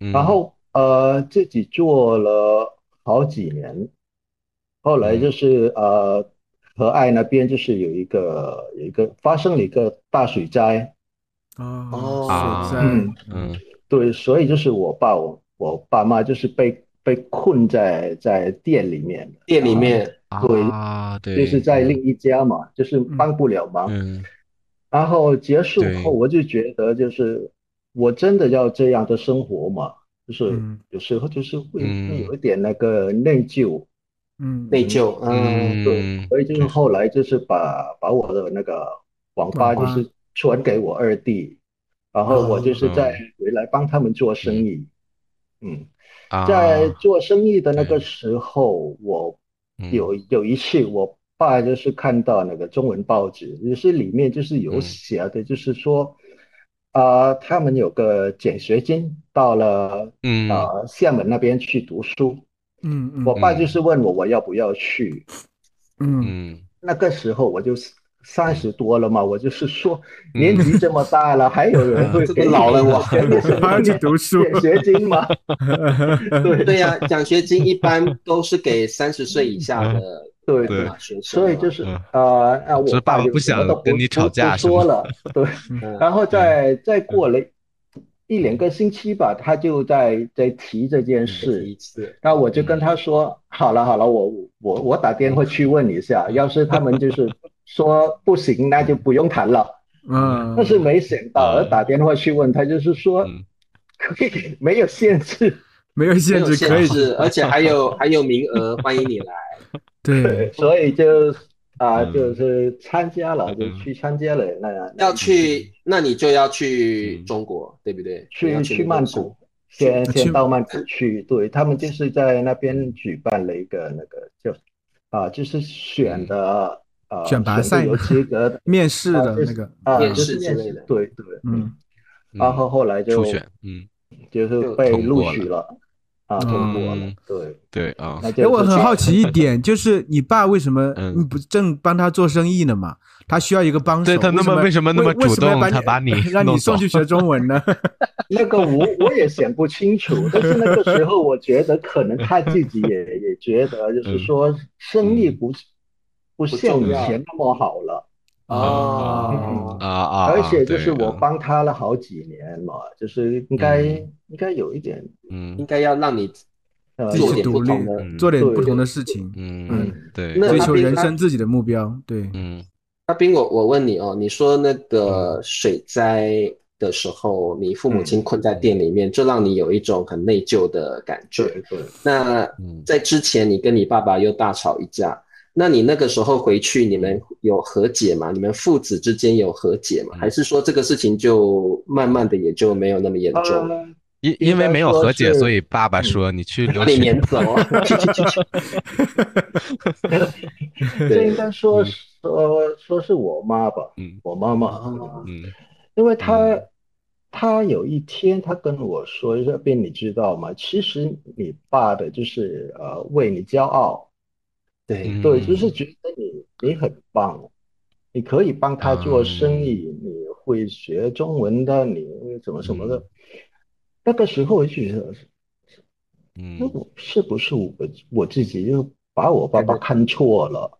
A: 嗯，
D: 然后呃，自己做了好几年，后来
A: 嗯
D: 就是呃，和爱那边就是有一个有一个发生了一个大水灾，
B: 哦，
C: 哦
B: 水
D: 嗯
B: 灾，
A: 嗯
D: 对，所以就是我爸我我爸妈就是被被困在在店里面，
C: 店里面
A: 啊，对，
D: 就是在另一家嘛，就是帮不了忙。
A: 嗯
D: 然后结束
A: 对
D: 后，我就觉得就是我真的要这样的生活吗？就是
B: 嗯
D: 有时候就是会
A: 嗯
D: 会有一点那个内疚，
B: 嗯，
C: 内疚，嗯，
D: 对，
A: 嗯
D: 所以就是后来就是把把我的那个网吧
B: 网
D: 就
B: 吧
D: 是传给我二弟，然后我就是
A: 哦
D: 再回来帮他们做生意。嗯，
A: 啊，
D: 在做生意的那个时候，我
A: 嗯
D: 有有一次我爸就是看到那个中文报纸，也是里面就是有
A: 嗯
D: 写的，就是说啊、他们有个奖学金到了
A: 嗯
D: 啊、厦门那边去读书。
B: 嗯嗯
D: 我爸就是问我我要不要去，
B: 嗯
A: 嗯
D: 那个时候我就三十多了嘛，我就是说
A: 嗯
D: 年纪这么大了，还有人会
C: 这
D: 给
C: 个
D: 你
C: 老了我
D: 给你什么
B: 还要去读 书
D: 奖学金吗？ 对
C: 嗯对呀、奖学金一般都是给三十岁以下的
D: 对
A: 对
C: 嘛学生嘛，啊
D: 所以就是
A: 嗯
D: 呃，啊，
A: 只是
D: 我
A: 爸爸
D: 就
A: 不
D: 什么
A: 想
D: 都不
A: 跟你
D: 不
A: 吵架
D: 不
A: 是吗
D: 说了，对。
C: 嗯
D: 然后再再过了一两个星期吧，他就在在提这件
C: 一
D: 事，
C: 次，
D: 那我就跟他说，好了好了，我我我打电话去问一下，要是他们就是说不行，那就不用谈了。
B: 嗯，
D: 但是没想
A: 嗯
D: 到，我打电话去问他，就是说
A: 嗯
D: 可以没有限制，
B: 没有
C: 没
B: 限
C: 有
B: 制可
C: 限
B: 以
C: 制，而且还有还有名额，欢迎你来。
B: 对，
D: 所以就啊
A: 嗯
D: 就是参加了，就
A: 嗯
D: 去参加了那那
C: 要去，那你就要去
A: 嗯
C: 中国，对不对？你要
D: 去
C: 美
D: 去
C: 国
D: 曼
C: 读
D: 谷，先
B: 去
D: 先到曼谷去，对，他们就是在那边举办了一个那个叫啊，就是选的
A: 嗯
D: 啊
B: 选拔赛
D: 有
B: 吗
D: 资格的
B: 面试的那个，
D: 啊，
C: 面
D: 就
C: 试
D: 是
C: 之
D: 面
C: 类
D: 试
C: 的
D: 对对，
B: 嗯，
D: 然后后来就
A: 初选，嗯，
D: 就是
C: 就
D: 被
A: 通
D: 录
A: 过
D: 取了啊，
B: 嗯
D: 通过了，对，
A: 对啊，
D: 那
B: 哎，
D: 就
B: 我
D: 就
B: 很
D: 去
B: 好奇一点，就是你爸为什么
A: 嗯
B: 你不正帮他做生意呢嘛？他需要一个帮手，
A: 对他那么
B: 为
A: 为什么那么
B: 为为什
A: 主动
B: 要
A: 他把
B: 把
A: 你
B: 让
A: 弄
B: 你送
A: 走
B: 去学中文 呢？
D: 那个我我也想不清楚，但是那个时候我觉得可能他自己也也觉得，就是说生意不是不像以前那么好了，
C: 哦
B: 哦
A: 啊，啊，
D: 啊而且就是
A: 对
D: 我，帮他了好几年嘛，就是应该
A: 嗯
D: 应该有一点
C: 应
A: 嗯
C: 该要让你
D: 呃
B: 自
C: 做
B: 己
C: 点
B: 独
C: 不
B: 立
C: 同的。
A: 嗯
B: 做点
D: 对
B: 不同
D: 对
B: 的事情，
A: 嗯
D: 嗯，
A: 对，
C: 那
B: 追
C: 他
B: 求
C: 比
B: 人
C: 他
B: 生自己的目标，对，
A: 嗯
C: 阿斌，我我问你哦，你说那个水灾的时候，你父母亲困在店里面，这让你有一种很内疚的感觉。
D: 对对，
C: 那
A: 嗯
C: 在之前，你跟你爸爸又大吵一架，那你那个时候回去，你们有和解吗？你们父子之间有和解吗？
A: 嗯
C: 还是说这个事情就慢慢的也就没有那么严重了？
D: 呃
A: 因因为没有和解，
D: 应该说是嗯
A: 所以爸爸说你去留
C: 把你
A: 学，
C: 撵走啊，去去去去
D: 这
C: 对
D: 应该说说说是我妈吧，
A: 嗯
D: 我妈妈，
C: 哦
A: 嗯
D: 因为他
A: 嗯
D: 他有一天他跟我说，这边你知道吗？其实你爸的就是呃为你骄傲，
C: 对，
D: 对，
A: 嗯
D: 就是觉得你你很棒，你可以帮他做
A: 啊
D: 生意，你会学中文的，你怎么什么
A: 嗯
D: 的。那个时候我就觉得，那
A: 嗯
D: 我是不是我我自己又把我爸爸看错了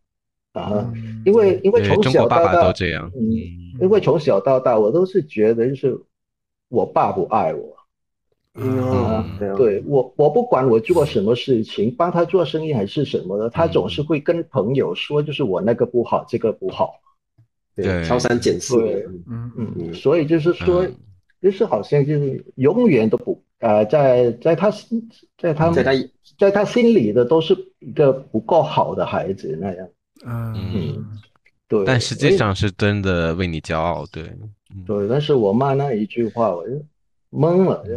D: 啊？
B: 嗯
D: 因为因为
A: 对
D: 从
A: 中
D: 小
A: 国爸
D: 到
A: 爸
D: 大
A: 都这样，
D: 嗯
A: 嗯
D: 因为从小到大，我都是觉得就是我爸不爱我，
C: 哦
A: 嗯
C: 对哦
D: 对我我不管我做什么事情，帮他做生意还是什么的，他总是会跟朋友说，就是我那个不好，这个不好。
A: 对
C: 挑三拣四的，
D: 对
C: 嗯
B: 嗯
D: 嗯，
C: 嗯
D: 所以就是说
A: 嗯，
D: 就是好像就是永远都不呃，在在他心，在他
C: 嗯在他
D: 在他心里的都是一个不够好的孩子那样。
B: 嗯
D: 嗯对，
A: 但实
D: 所
A: 际
D: 以
A: 上是真的为你骄傲，对，嗯
D: 对，但是我妈那一句话，我就懵了，就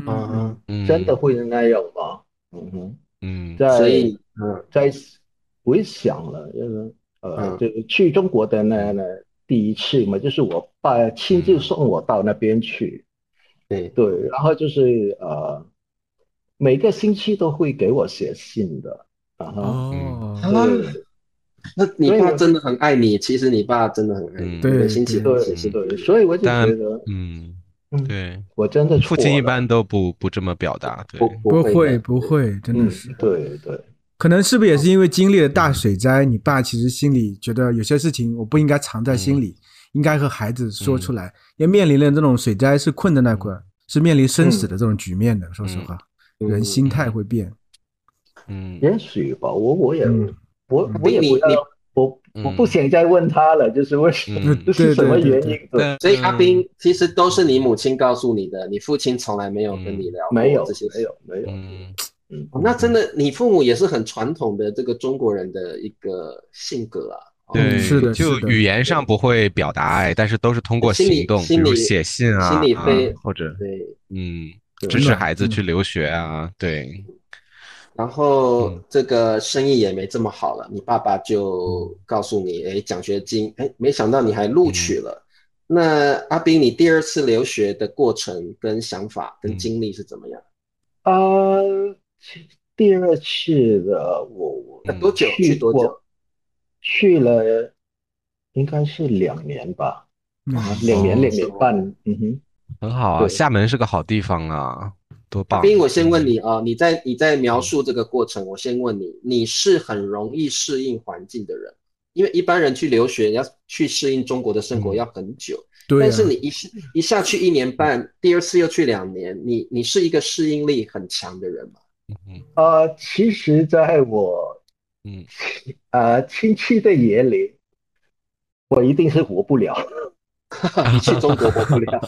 B: 嗯
C: 嗯，
A: 嗯
D: 真的会那样吗？嗯哼，
A: 嗯
D: 在
C: 所以嗯
D: 在回想了，就是呃，
C: 嗯
D: 就是去中国的那那第一次嘛，就是我爸亲自送我到那边去，
C: 对，
D: 对，然后就是呃，每个星期都会给我写信的，啊哈，
B: 哦，
D: 对
C: 那你
D: 所以
C: 爸
D: 我
C: 真的很爱你，其实你爸真的很爱你，
A: 嗯
B: 对
C: 每个星期
D: 对
C: 都写信给
D: 对，
C: 你，
D: 所以我就
A: 但
D: 觉得
A: 嗯
D: 嗯
A: 对，
D: 我真的
A: 父
D: 错
A: 亲一
D: 了，
A: 般都不不这么表达，对
C: 不，
B: 不
C: 会
B: 会
C: 的，
B: 不会，真的
D: 嗯
B: 是，，
D: 对对，
B: 可能是不是也是因为经历了大水灾，你爸其实心里觉得有些事情我不应该藏在心
C: 嗯
B: 里，应该和孩子说出来。因为面临了这种水灾是困在那块，是面临生死的这种局面的。说实话，
C: 嗯
B: 人心态会变。
A: 嗯
D: 也许吧，我我也
B: 嗯
D: 我我
C: 你
D: 也
C: 你
D: 不
C: 你
D: 要我我不想再问他了，就是为什么
A: 嗯
D: 这 是什么原因？
A: 对
C: 所以阿
A: 嗯
C: 斌其实都是你母亲告诉你的，你父亲从来没有跟你聊过
D: 没有
C: 这些事
D: 没有没有，
A: 嗯，
D: 嗯，
C: 哦那真的，你父母也是很传统的这个中国人的一个性格啊。哦
D: 嗯
A: 对，
B: 嗯是的
A: 就是
B: 的
A: 语言上不会表达爱，但是都是通过
C: 心理
A: 行动，比
C: 心
A: 如
C: 理
A: 写信啊，
C: 心理
A: 啊
C: 非
A: 或者
C: 对，
A: 嗯，
C: 对
A: 支持孩子
B: 嗯
A: 去留学啊，对，
C: 然后
A: 嗯
C: 这个生意也没这么好了，你爸爸就告诉你，哎，奖学金，哎，没想到你还录取了。那阿斌，你第二次留学的过程跟想法跟
A: 嗯
C: 经历是怎么样？
D: 呃，其第二次的我我
A: 嗯
C: 多久？
D: 去
C: 去多久
D: 过？去了，应该是两年吧，
C: 啊
B: 嗯
D: 两年
A: 哦
D: 两年半，嗯哼。
A: 很好啊，
D: 对
A: 厦门是个好地方啊，多
C: 阿
A: 棒！
C: 斌，我先问你啊，你在你在描述这个过程，我先问你，你是很容易适应环境的人，因为一般人去留学要去适应中国的生活
A: 嗯
C: 要很久，
B: 对
C: 但
B: 啊，
C: 是你一下一下去一年半，第二次又去两年，你你是一个适应力很强的人嘛？
A: 嗯
D: 呃，其实在我
A: 嗯
D: 呃亲戚的眼里，我一定是活不了。
C: 你去中国活不了。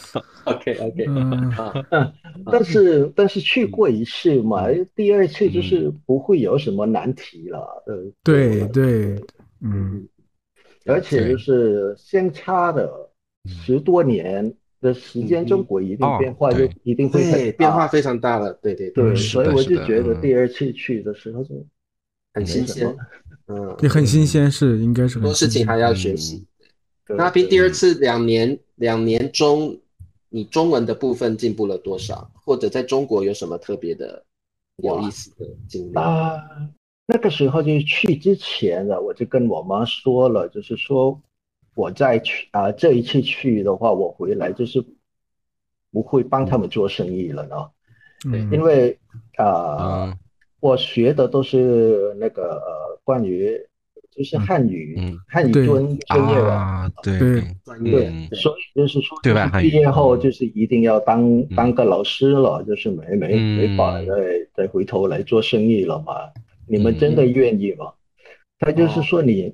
C: OK OK，
B: 嗯
C: 啊，
D: 但是但是去过一次嘛，
C: 嗯
D: 第二次就是不会有什么难题了。呃，
B: 对对，嗯，
D: 而且就是相差的
A: 嗯
D: 十多年的时间，
C: 嗯
D: 中国一定
A: 哦
D: 变化
A: 对
D: 就一定会
C: 对，
D: 很
C: 变
D: 大
C: 化非常大了，对对
D: 对，
A: 是
D: 所以
A: 的
D: 我
A: 是
D: 就
A: 的
D: 觉得
A: 嗯
D: 第二次去的时候就
C: 很新
D: 没什么
C: 鲜，嗯，
B: 也很新鲜，是应该是
C: 很
B: 很
C: 多事
B: 新
C: 情
B: 鲜
C: 还要学习。
D: 对
C: 那 B
D: 对嗯
C: 第二次两年两年中，你中文的部分进步了多少？或者在中国有什么特别的有意思的经历？
D: 啊那那个时候就是去之前呢，我就跟我妈说了，就是说我再去啊、这一次去的话，我回来就是不会帮他
A: 嗯
D: 们做生意了呢，
B: 嗯
D: 因为啊、
A: 嗯
D: 我学的都是那个呃关于就是汉语、
A: 嗯
D: 汉语
B: 对
D: 专专业的，
A: 啊，对
B: 对
C: 专业
A: 嗯
D: 所以就是说
A: 对
D: 就
A: 外
D: 是
A: 汉
D: 毕
A: 语
D: 业后
A: 嗯
D: 就是一定要当当个老师了，就是没没没法
A: 嗯
D: 再再回头来做生意了嘛。你们真的
A: 嗯
D: 愿意吗？他
A: 哦
D: 就是说你，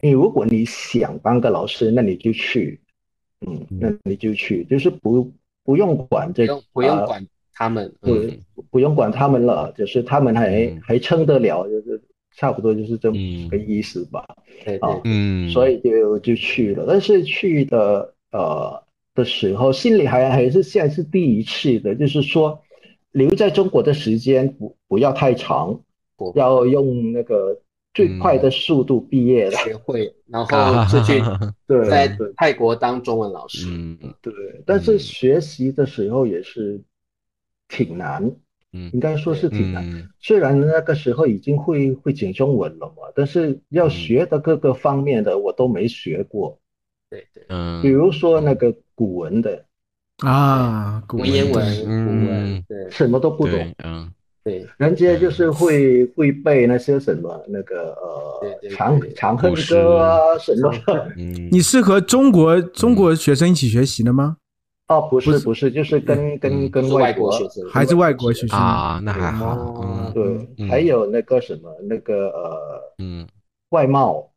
D: 你如果你想当个老师，那你就去，嗯，那你就去，就是不不用管
C: 不
D: 这
C: 用不用
D: 啊
C: 管他们，嗯
D: 对，不用管他们了，就是他们还
A: 嗯
D: 还撑得了，就是差不多就是这么
A: 嗯
D: 个意思吧。
C: 对
D: 啊
C: 对，
A: 嗯，
D: 所以就就去了，但是去的呃的时候，心里还还是现在是第一次的，就是说留在中国的时间不不要太长
C: 我，
D: 要用那个最快的速度毕业
A: 嗯
D: 的。
C: 学会，然后
A: 啊
C: 就去
D: 对
C: 在
D: 对
C: 泰国当中文老师，
A: 嗯
D: 对，但是学习的时候也是挺难，
A: 嗯
D: 应该说 是挺难。
A: 嗯
D: 虽然那个时候已经会会讲中文了嘛，但是要
A: 嗯
D: 学的各个方面的我都没学过，
C: 对对，
A: 嗯，
D: 比如说那个古文的，
B: 啊，古
C: 文言文、
B: 对
C: 古
A: 嗯
C: 文，对
D: 什么都不懂。
A: 对，嗯
C: 对，
D: 人家就是会会背那些什么那个
C: 对
D: 呃
C: 对
D: 长
C: 对
D: 长恨
A: 古诗
D: 歌啊什 么的。
A: 嗯，
B: 你是和中国中国学生一起学习的吗？
D: 哦，不
B: 不
D: 是
B: 是
D: 不是，就是跟跟
A: 嗯
D: 跟
C: 是
D: 外
C: 外国学生，
B: 还是外国学生？
A: 啊，那还好，
C: 哦
D: 对，
A: 嗯
D: 还有那个什么那个呃
A: 嗯
D: 外贸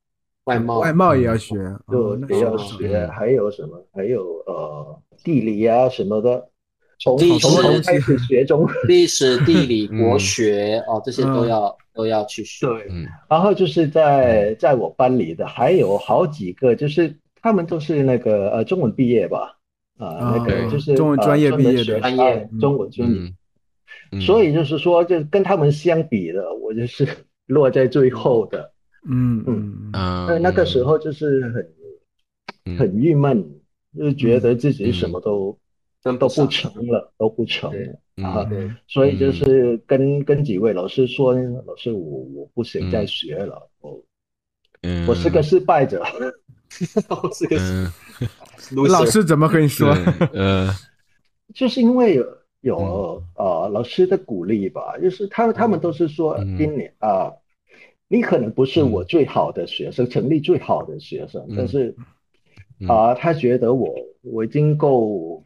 C: 外贸，
B: 外贸也要学，哦
D: 就
B: 那
D: 也要
B: 是
D: 学，
A: 嗯
D: 还有什么还有呃地理啊什么的，从
C: 历
D: 从
C: 史
D: 头开始 学中。
C: 历史、地理、
A: 嗯
C: 国学哦，这些都要都要去学，
D: 嗯对，
A: 嗯
D: 然后就是在在我班里的还有好几个，就是他们都是那个呃中文毕业吧，啊、
B: 啊
D: 那个
A: 对
D: 就是
B: 中文
D: 呃
B: 专业
D: 专门
B: 毕业的
D: 学
C: 专业
D: 哎中文专业，
A: 嗯嗯，
D: 所以就是说，就是跟他们相比的，我就是 落在最后的。
B: 嗯嗯嗯
A: 嗯，
D: 那那个时候就是
A: 嗯
D: 很很郁闷，就觉得自己什么都
C: 跟
D: 都不
C: 上
D: 成了，都不成了。啊
A: 嗯
C: 对，
D: 所以就是跟跟几位老师说，老师我我不想再
A: 嗯
D: 学了，我
A: 嗯，
D: 我是个失败者。
C: 我 是个
A: 嗯，
C: loser
B: 老师怎么和你说？
A: 对 呃
D: 就是因为有
A: 嗯
D: 有呃老师的鼓励吧，就是他他们都是说
A: 嗯
D: 今年啊，你可能不是
A: 嗯
D: 我最好的学生，成绩最好的学生，
A: 嗯
D: 但是
A: 嗯
D: 啊，他觉得我我已经够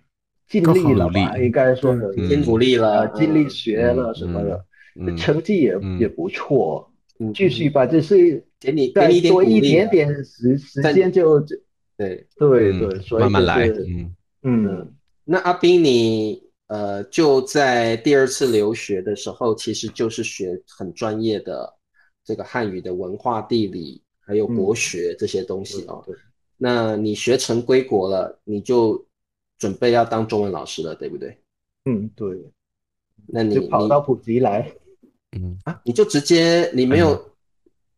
D: 尽力
A: 够
D: 了
A: 好
D: 吧，
A: 努力
D: 应该说的
A: 嗯
C: 已经努力
D: 啊，
C: 了，
D: 尽力学了什么的，
A: 嗯
D: 成绩也
A: 嗯
D: 也不错，
C: 嗯
D: 继续吧，这是
C: 给你给
D: 再
C: 你一点
D: 多
C: 鼓
D: 一
C: 励
D: 点
C: 啊
D: 点时时
C: 但
D: 间就就
C: 对，
D: 对
A: 嗯
D: 对，所以
A: 慢慢
D: 就
A: 来，
D: 是
A: 嗯，
D: 嗯
C: 那阿斌你呃就在第二次留学的时候，其实就是学很专业的这个汉语的文化、地理还有国学这些东西哦。
D: 对
C: 那你学成归国了，你就准备要当中文老师了，对不对？
D: 嗯对，
C: 那你
D: 就跑
C: 你
D: 到普吉来，
A: 嗯，
C: 啊，你就直接你没有，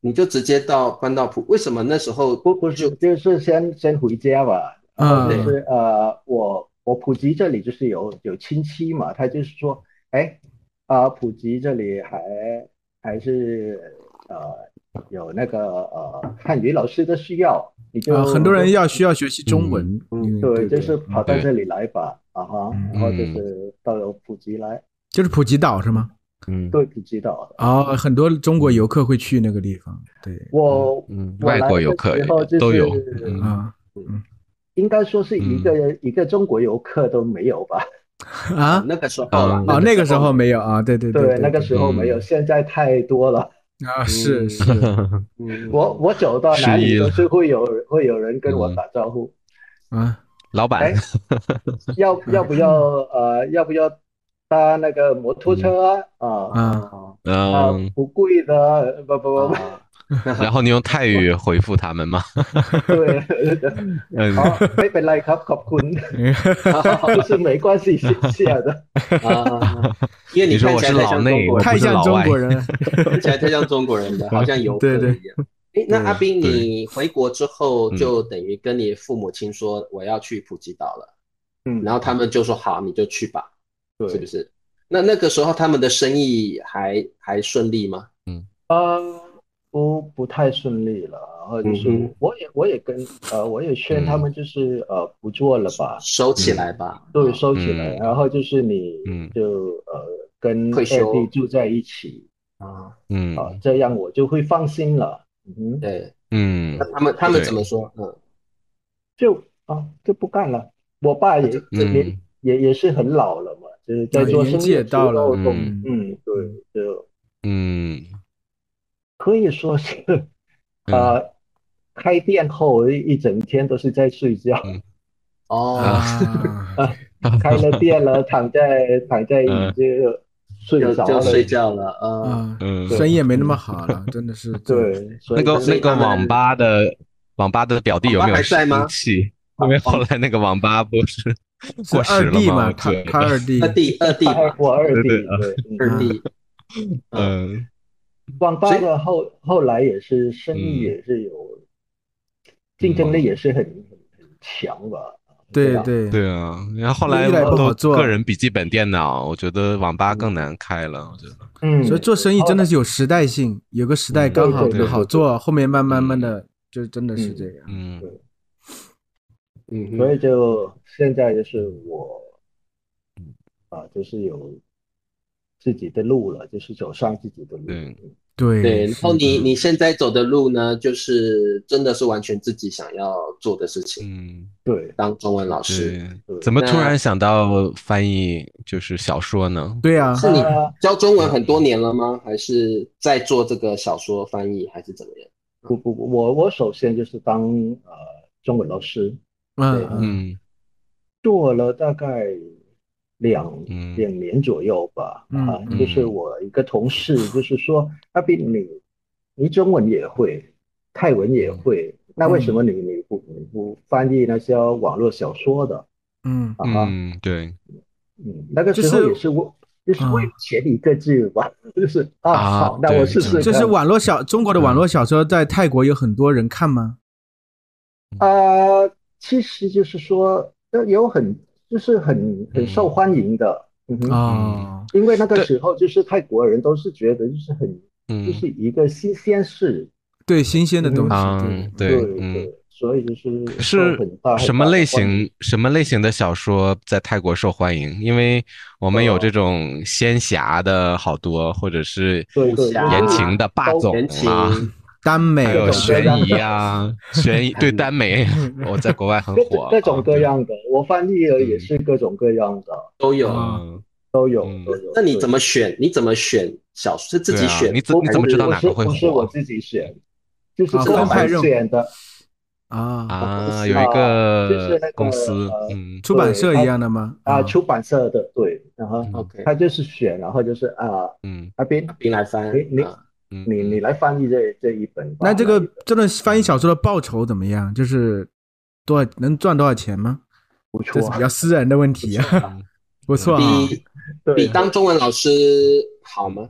C: 你就直接到搬到普，为什么那时候
D: 不不是就是先先回家吧，
B: 啊
D: 就
C: 对
D: 是呃，我我普吉这里就是有有亲戚嘛，他就是说，哎，啊、普吉这里还还是呃有那个呃汉语老师的需要，你就、
B: 啊，很多人要需要学习中文，
C: 嗯
B: 因为
D: 对，
B: 对，
D: 就是跑到
A: 对
D: 这里来吧，啊哈，
B: 嗯
D: 然后就是到了普吉来，
B: 就是普吉岛是吗？
A: 嗯，
D: 对普吉岛的。
B: 哦，很多中国游客会去那个地方，对，
D: 我
A: 嗯
D: 我
A: 外
D: 来
A: 国
D: 的
A: 游客
D: 时候
A: 也都
D: 就是
A: 有嗯
B: 啊
D: 应该说是一个、一个中国游客都没有吧。
B: 啊，
C: 那个时候
A: 啊
B: 哦，那个时候
C: 没
B: 没有啊，对对对，
D: 那个时候没有，
A: 嗯
D: 现在太多了。
B: 啊，是
C: 嗯
B: 是，
D: 我我走到哪
A: 失忆
D: 里
A: 嗯了嗯
D: 都是会有会有人跟我打招呼，
B: 啊，
A: 老板
D: 哎，要
A: 嗯
D: 要不要呃要不要搭那个摩托车啊啊
C: 啊
D: 啊
A: 嗯，
D: 不贵的不不不
C: 啊
A: 然后你用泰语回复他们吗？
D: 不 对，
A: 嗯
D: 好ไม่เป็นไรครับขอบคุณ 就是没关系谢谢的，
C: 啊，因为
A: 你说
C: 看
A: 我
C: 起来
A: 是老
C: 太像
A: 内
C: 中
A: 我
C: 国人，
B: 太
A: 不是
B: 像
A: 老
B: 中
A: 外
B: 国人了，
C: 看起来太像中 国人了，好像游客
B: 对对
C: 一样。哎，那阿斌，
A: 对
C: 你回国之后
A: 嗯
C: 就等于跟你父母亲说我要去普吉岛了，
D: 嗯，
C: 然后他们就说好，你就去吧，
D: 对
C: 是不是？那那个时候他们的生意还还顺利吗？
D: 啊，不不太顺利了，然后就是
C: 嗯哼
D: 我也我也跟呃我也劝他们就是呃不做了吧，
C: 收起来吧。
D: 对，收起来，
A: 嗯
D: 然后就是你
A: 嗯
D: 就呃跟
C: 退
D: 二
C: 休
D: 弟住在一起
C: 啊，
A: 嗯
D: 啊，这样我就会放心了。嗯哼，
C: 对，
A: 嗯
C: 那他们他们
A: 对
C: 怎么说？嗯，
D: 就啊就不干了。我爸也也
A: 嗯
D: 也也是很老了嘛，就是在
B: 啊
D: 做生
B: 年
D: 意
B: 纪也
D: 的时
B: 到了
D: 候都
A: 嗯
D: 嗯对，就
A: 嗯
D: 可以说是
A: 嗯
D: 啊，开店后一整天都是在睡觉，
A: 嗯
C: 哦，
B: 啊，
D: 开了店了，躺在躺在椅
A: 嗯
D: 子睡
C: 就
D: 着
C: 就
D: 了。
C: 睡觉了啊。
B: 啊，
A: 嗯，
B: 生意也没那么好了，真的是，
D: 对，所
A: 那
D: 以
A: 个
D: 就是
A: 那个网吧的网吧的表弟有没
C: 网吧
A: 有
C: 还在吗
A: 生气？因为后来那个网吧不是
B: 是
A: 过时
B: 二
A: 了
B: 弟
A: 吗？
B: 嘛，
A: 我
B: 他
A: 觉
B: 他
A: 得，
B: 二弟
C: 二弟二 弟
D: 二
C: 吧，
D: 我二弟，
A: 对啊
D: 对，
C: 二
D: 嗯，
C: 弟，
A: 嗯
D: 网吧
C: 所以
D: 的后后来也是生意
A: 嗯
D: 也是有，竞争力也是很很很强吧，
B: 对
D: 吧？
B: 对，
A: 对啊，然后后来
B: 越来越不好
A: 都
B: 做
A: 个人笔记本电脑，我觉得网吧更难开了，我觉得，
D: 嗯，
B: 所以做生意真的是有时代性，有个时代
A: 嗯
B: 刚好
D: 对对对
B: 好做，后面慢慢慢的就真的是这样。
A: 嗯
C: 嗯哼，
D: 所以就现在就是我，啊，就是有自己的路了，就是走上自己的路。
A: 对
D: 嗯
A: 嗯
B: 对
C: 对，然后你
B: 是的
C: 你现在走的路呢，就是真的是完全自己想要做的事情，
A: 嗯，
D: 对，
C: 当中文老师，
A: 对，怎么突
C: 那
A: 然想到翻译就是小说呢？
B: 对啊，
C: 是你
D: 啊
C: 教中文很多
A: 嗯
C: 年了吗？还是在做这个小说翻译，还是怎么样？
D: 不不不，我我首先就是当呃中文老师，
B: 嗯嗯
A: 嗯
D: 做了大概两
A: 嗯
D: 两年左右吧，
B: 嗯
D: 啊，
A: 嗯
D: 就是我一个同事，就是说阿斌，你你中文也会，泰文
A: 嗯
D: 也会，那为
B: 嗯
D: 什么你你不你不翻译那些网络小说的
B: 嗯，
D: 啊哈？
A: 嗯，对
D: 嗯，那个时
B: 就
D: 候
B: 是
D: 也是我就是为
B: 啊
D: 了前一个字吧， 就是啊，
A: 啊
D: 好，那
A: 对
D: 我试试看，嗯
B: 就是网络小中国的网络小说在泰国有很多人看吗？
D: 啊，其实就是说，呃有很就是很很受欢迎的，嗯哼。
A: 啊
B: 哦，
D: 因为那个
A: 对
D: 时候就是泰国人都是觉得就是很就
A: 嗯
D: 是一个新鲜事，
B: 对，新鲜的东西，
A: 嗯
B: 对，
A: 对
D: 对
A: 嗯。
D: 所以就是
A: 是
D: 受很大
A: 什么类？
D: 很大的欢迎
A: 型什么类型的小说在泰国受欢迎？因为我们有这
D: 哦
A: 种仙侠的好多，或者是
D: 对对，
C: 啊
A: 言情的霸总
C: 言情
A: 啊，
B: 耽美
A: 还
D: 各
A: 有
D: 种各
A: 悬
D: 样
A: 疑 啊，悬疑对耽美，我在国外很
D: 各
A: 火，啊
D: 各种各样的，我翻译了也是各种各样的，
C: 都有。
B: 啊
A: 嗯，
D: 都有
A: 嗯
D: 都有。
C: 那你怎
D: 么
C: 么选？你怎么选小说？是自己
A: 对啊
C: 选？
A: 你怎你怎么知道哪个会
D: 不是我
A: 火？啊
D: 自己选，就是
B: 啊
D: 做
B: 分派
D: 保
B: 任务
D: 险的，
B: 啊，
A: 啊，
D: 公司
A: 有一
D: 啊就是
A: 个
D: 那个
A: 公司
D: 呃，
A: 嗯，
B: 出版社一样的吗？
D: 啊，出版社的对，然后
A: 嗯
C: OK，
D: 他就是选，然后就是啊，
A: 嗯
D: 阿斌，
C: 您来翻，
D: 你你
C: 啊
A: 嗯，
D: 你你来翻译这这一本吧。
B: 那这个
D: 来
B: 这段翻译小说的报酬怎么样？就是多少能赚多少钱吗？
D: 不
B: 这
D: 错
B: 是比，较私人的问题啊，
A: 嗯
B: 不错啊。
C: 比比
D: 对，
C: 当中文老师好吗？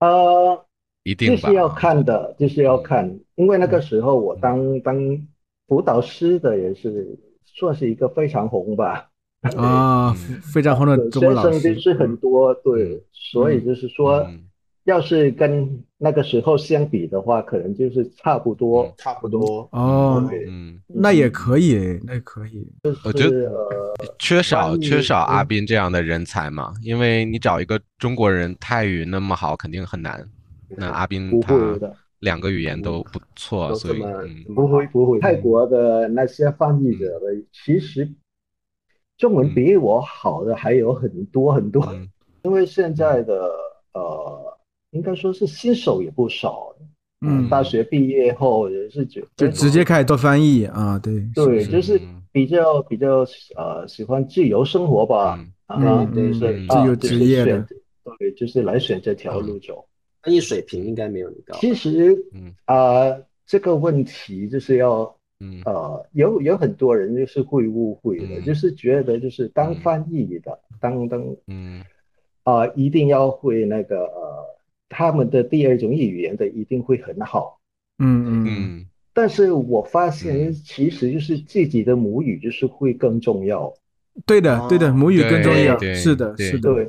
D: 呃，
A: 一
D: 就
A: 定吧
D: 是，要看的，就是要看，因为那
B: 嗯
D: 个时候我当当辅导师的也是算是一个非常红吧，
B: 啊，
A: 嗯
B: 非常红的中
D: 学
B: 文老
D: 生
B: 师
D: 就是很多，
A: 嗯
D: 对，所以就是说，
A: 嗯
D: 要是跟那个时候相比的话，可能就是差不多，
C: 差不多，
B: 哦，
D: 对
A: 嗯，
B: 嗯那也可以，那也可以。
A: 我觉得
D: 呃，
A: 缺少
D: 翻译
A: 缺少阿
D: 嗯
A: 斌这样的人才嘛，因为你找一个中国人泰语那么好，肯定很难。那阿斌
D: 不
A: 他
D: 会的，
A: 两个语言都不错，
C: 都
A: 所
C: 这
A: 以
C: 么
A: 嗯
C: 这么
D: 不会
C: 好
D: 不会，泰国的那些翻译者
B: 嗯
D: 们，其实中文比我好的还有很多很多，
A: 嗯
D: 因为现在的呃，应该说是新手也不少，
B: 嗯，
D: 大学毕业后也是觉
B: 就直接开始做翻译啊，对，是
D: 嗯对，
B: 是
D: 就是比较比较呃喜欢自由生活吧，
A: 嗯
D: 啊，然后
B: 嗯
D: 就是
A: 嗯
D: 啊
B: 自由
D: 就是
B: 职业的嗯
D: 选对，就是来选这条路走。
C: 翻译水平应该没有你高。
D: 其实
A: 嗯
D: 啊，这个问题就是要。
A: 嗯
D: 呃，有有很多人就是会误会的，
A: 嗯
D: 就是觉得就是当
A: 嗯
D: 翻译的，当当
A: 嗯
D: 啊、一定要会那个呃，他们的第二种语言的一定会很好。
B: 嗯嗯
A: 嗯
D: 但是我发现
A: 嗯
D: 其实就是自己的母语就是会更重要，
B: 嗯，对的对的，母语更重要，
A: 对对
B: 啊是的
A: 对
B: 是的，
D: 对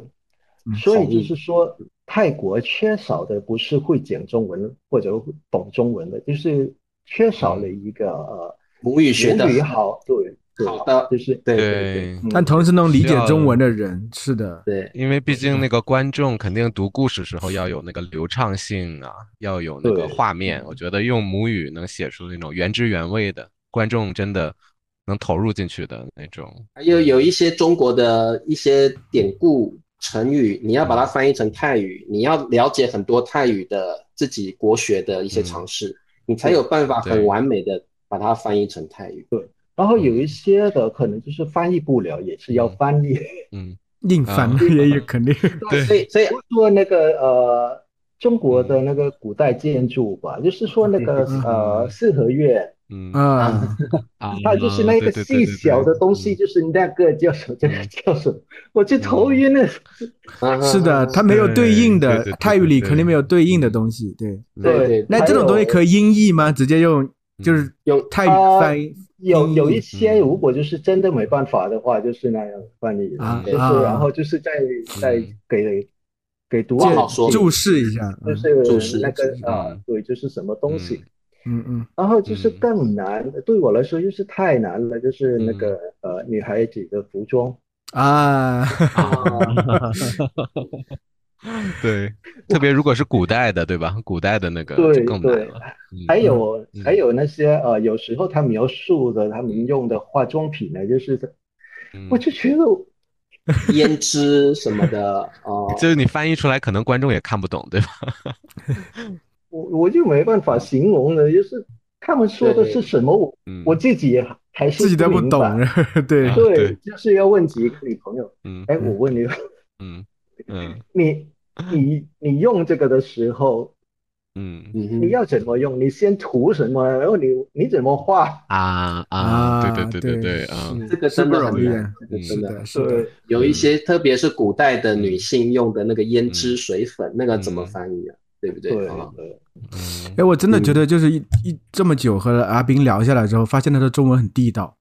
B: 嗯，
D: 所以
C: 同
D: 就
C: 意
D: 是说，泰国缺少的不是会讲中文或者懂中文的，就是缺少了
A: 嗯
D: 一个呃
C: 母语学的
D: 母语好，对对，
C: 好的
D: 就是
C: 对
A: 对，
D: 嗯
B: 但同时能理
A: 需
B: 解
A: 要
B: 中文的人，是的，
C: 对，
A: 因为毕
D: 嗯
A: 竟那个观众肯定读故事时候要有那个流畅性啊，要有那个
D: 对嗯
A: 画面。我觉得用母语能写出那种原汁原味的，观众真的能投入进去的那种。
C: 还有有一些中国的一些典故成语，你要把它翻译成泰语，你要了解很多泰语的自己国学的一些常识，你才有办法很
A: 对
C: 完美的把它翻译成泰语。
D: 然后有一些的可能就是翻译不了，也是要翻译。
A: 嗯
B: 硬翻
A: 啊
B: 也有 肯定，
A: 对
C: 所以所以
D: 说那个呃，中国的那个古代建筑吧，就是说那个
B: 嗯
D: 呃四合院，
A: 嗯
B: 啊，
A: 啊
D: 它就是那个
A: 对对对
D: 细
A: 对对
D: 小的东西，
A: 嗯
D: 就是那个叫什么，这个叫什么，我就头晕了。
C: 啊
B: 是的，它没有对应
A: 对
B: 的
A: 对对对
B: 泰语里
A: 对
B: 肯定没有对应的东西，对。
C: 对对，
B: 那这种东西可以音译吗？直接用就是
C: 用
B: 泰语翻译
D: 有
B: 嗯
D: 有一些，
A: 嗯
D: 如果就是真的没办法的话，就是那样翻译的
B: 啊
D: 就是
B: 啊
D: 然后就是再再
A: 嗯
D: 给给读
C: 不
D: 者
C: 好说
B: 注释一下，
D: 就
B: 嗯
D: 是
C: 注释
D: 那个啊
A: 嗯，
D: 对，就是什么东西。
A: 嗯
B: 嗯嗯
D: 然后就是
A: 嗯
D: 更难，对我来说就是太难了，就是那个呃女孩子的服装，
B: 啊，
A: 对，特别如果是古代的，对吧？古代的那个就
D: 对
A: 更难
D: 对
A: 了。，嗯
D: 还有
A: 嗯
D: 还有那些呃，有时候他描述的他们用的化妆品呢，就是
A: 嗯
D: 我就觉得
C: 胭脂什么 的哦，
A: 就是你翻译出来，可能观众也看不懂，对吧？
D: 我我就没办法形容了，就是他们说的是什么，我
A: 嗯，
D: 我自己也还是
B: 自己都不
D: 明
B: 懂
D: 白，，
B: 对
A: 啊，对
D: 对，就是要问几个女朋友，
A: 嗯
D: 哎，我问你，
A: 嗯嗯
D: 你你你用这个的时候，
A: 嗯
C: 嗯哼，
D: 你要怎么用？你先涂什么？然后你你怎么画？
A: 啊啊，对对对对对啊，
C: 这个
B: 是
C: 真
B: 不
C: 的很
B: 容易，
C: 难，这个
B: 是
C: 嗯真的
B: 的，是的，
D: 对，
C: 有一些，特别是古代的女性用的那个胭脂水粉，那个
B: 嗯
C: 怎么翻译啊？对不对？
D: 对
C: 啊，
D: 对
A: 嗯
B: 哎，我真的觉得就是一一这么久和阿斌聊下来之后，发现他的中文很地道，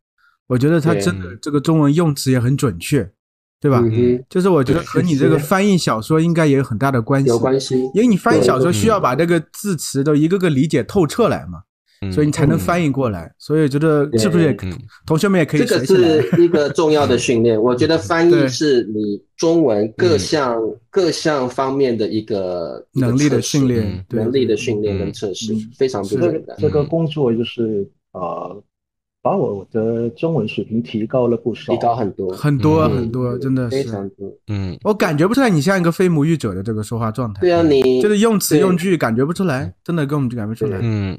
B: 我觉得他真的
A: 对
B: 这个中文用词也很准确，对吧？
C: 嗯哼，
B: 就是我觉得
A: 对
B: 和你这个翻译小说应该也有很大的关系，
C: 有关系。嗯
B: 因为你翻译小说
A: 对
B: 需要把这个字词都一个个理解透彻来嘛，
A: 嗯
B: 所以你才能翻译过来。所以觉得是不是也
A: 对嗯
B: 同学们也可以
C: 嗯这个
B: 学起来？
C: 是一个重要的训 练，我觉得翻
B: 对
C: 译是你中文各项各项方面的一个一个
B: 能力的
C: 测试
B: 训练
A: 嗯，
B: 对
C: 能力的训练
A: 嗯
C: 跟测试
B: 嗯
C: 非常不
B: 是
D: 这
C: 简
D: 个
C: 单。
D: 这个工作就是呃把我的中文水平提高了不少，
C: 提高很多，
B: 很多、
A: 嗯
B: 很多，真的
C: 非
B: 是，
C: 常多。
A: 嗯，
B: 我感觉不出来你像一个非母语者的这个说话状态，
C: 对啊，你
B: 就是用词
C: 对嗯
B: 用句感觉不出来，真的根本就感觉不出来。
A: 嗯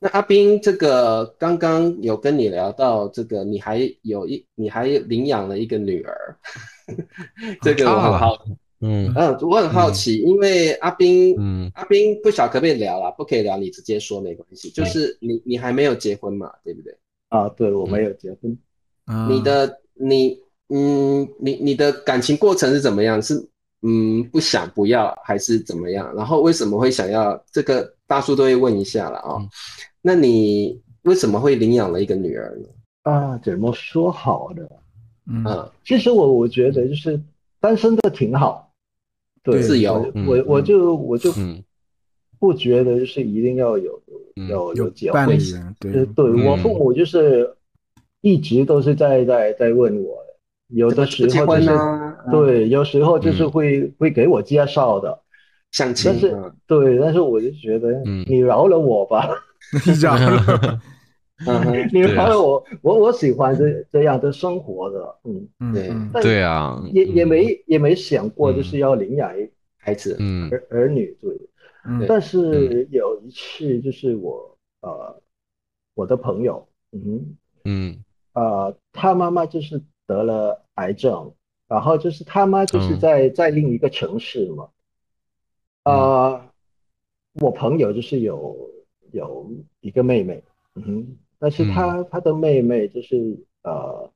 C: 那阿斌，这个刚刚有跟你聊到这个，你还有一，你还领养了一个女儿， 这
B: 哦
C: 个我很好，
A: 嗯
C: 嗯，我很好奇，因为阿斌，
A: 嗯，
C: 阿斌不晓可不可以聊啦，不可以聊你直接说没关系，就是你你还没有结婚嘛，对不对？
D: 啊，对我没有结婚，
B: 啊
C: 你的你嗯，你你的感情过程是怎么样？是嗯不想不要还是怎么样？然后为什么会想要这个大叔都会问一下了啊、哦
A: 嗯
C: 那你为什么会领养了一个女儿呢？
D: 啊，怎么说好呢？
B: 嗯
C: 嗯
D: 其实我我觉得就是单身的挺好，对，
B: 自
C: 由
D: 我
A: 嗯
D: 我我就我就
A: 嗯
D: 不觉得就是一定要有有
A: 嗯
D: 有
B: 有
D: 结
B: 伴
D: 婚
B: 侣
D: 史，
B: 人，
D: 呃
B: 对，
D: 对我父
A: 嗯
D: 母就是一直都是在在在问我，有的时
C: 不结
D: 候就
C: 婚
D: 是
C: 啊？
D: 对，有时候就是
A: 嗯
D: 会会给我介绍的，
C: 相亲
D: 但是
C: 啊？
D: 对，但是我就觉得
A: 嗯
D: 你饶了我吧，
B: 你知道吗？
C: 嗯哼，
D: 你
A: 对啊嗯
D: 饶了我，我我喜欢这这样的生活的，嗯，
B: 嗯
C: 对
B: 嗯
D: 但
A: 对啊，
D: 也也没也没想过就是
A: 嗯
D: 要领养一
C: 孩子，
A: 嗯
D: 儿儿女，对，
B: 嗯
D: 但是有一次就是我呃我的朋友，嗯
A: 嗯
D: 哼，呃，他妈妈就是得了癌症，然后就是他妈就是
A: 嗯
D: 在在另一个城市嘛，呃，我朋友就是有有一个妹妹，嗯哼，但是她她的妹妹就是呃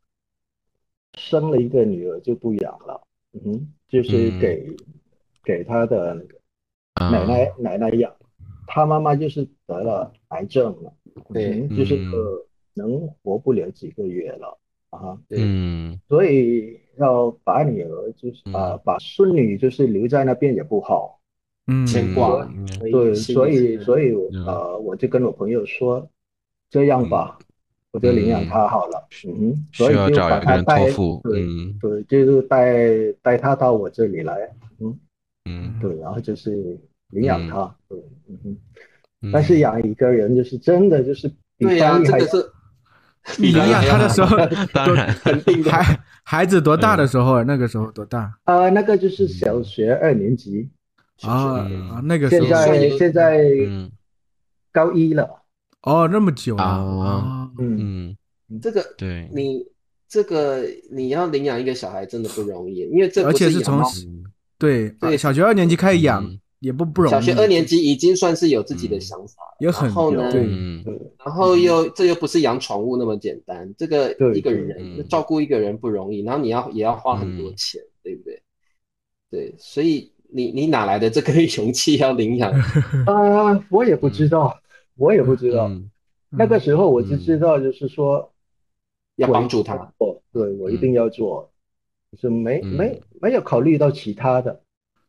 D: 生了一个女儿就不养了，嗯哼，就是
A: 嗯
D: 给给她的那个
A: 啊
D: 奶奶奶奶养，她妈妈就是得了癌症了，
C: 对
D: 嗯哼，就是
A: 嗯
D: 呃能活不了几个月了啊，
C: 对，
A: 嗯
D: 所以要把女儿就是啊、
A: 嗯
D: 把孙女就是留在那边也不好。
B: 嗯
C: 牵挂，所以
D: 对，
C: 心里
D: 所以
C: 是
D: 所以我
A: 嗯
D: 呃，我就跟我朋友说，这样吧，我就领养他好了。嗯哼，所
A: 需
D: 以
A: 要
D: 就
A: 找
D: 把
A: 一个
D: 他
A: 人
D: 带，
A: 托付
D: 对
A: 嗯
D: 对，就是带带他到我这里来，
A: 嗯，
D: 对，然后就是领养他，对，嗯哼。
A: 嗯
D: 但是养一个人就是真的就是比
C: 对呀、
D: 翻译
C: 这
D: 还
C: 个是
B: 你领养他的 时候，
A: 当然
C: 肯定的，
B: 孩孩子多大的时候？那个时候多大
D: 啊，那个就是小学二年级，
B: 啊
A: 嗯
B: 啊？那个时
D: 现
B: 候
C: 所
D: 在
C: 以
D: 现在
A: 嗯
D: 高一了，
B: 哦，那么久了
A: 啊
B: 啊！
D: 嗯，
A: 嗯
C: 这个
B: 嗯
A: 对，
C: 你这个你要领养一个小孩真的不容易，因为这
B: 而
C: 不
B: 且
C: 是
B: 是
C: 养
B: 从
C: 猫
A: 嗯
B: 对
C: 对
B: 啊小学二年级开始养
A: 嗯，
B: 也不不容易。
C: 小学二年级已经算是有自己的想法，
B: 也嗯很
C: 然后呢
B: 对
A: 嗯
C: 然后又这又不是养宠物那么简单，这个
D: 对
C: 一个
D: 对
C: 人
A: 嗯
C: 照顾一个人不容易，然后你要也要花很多钱，
B: 嗯
C: 对不对？对，所以你你哪来的这个勇气要领 养？
D: 啊，我也不知道，我也不知道。
A: 嗯
D: 那个时候我就知道，就是说
C: 要
D: 我
C: 帮
D: 一
C: 助
D: 定
C: 他
D: 要做，对，我一
A: 嗯
D: 定要做，就是没
A: 嗯
D: 没没有考虑到其他的。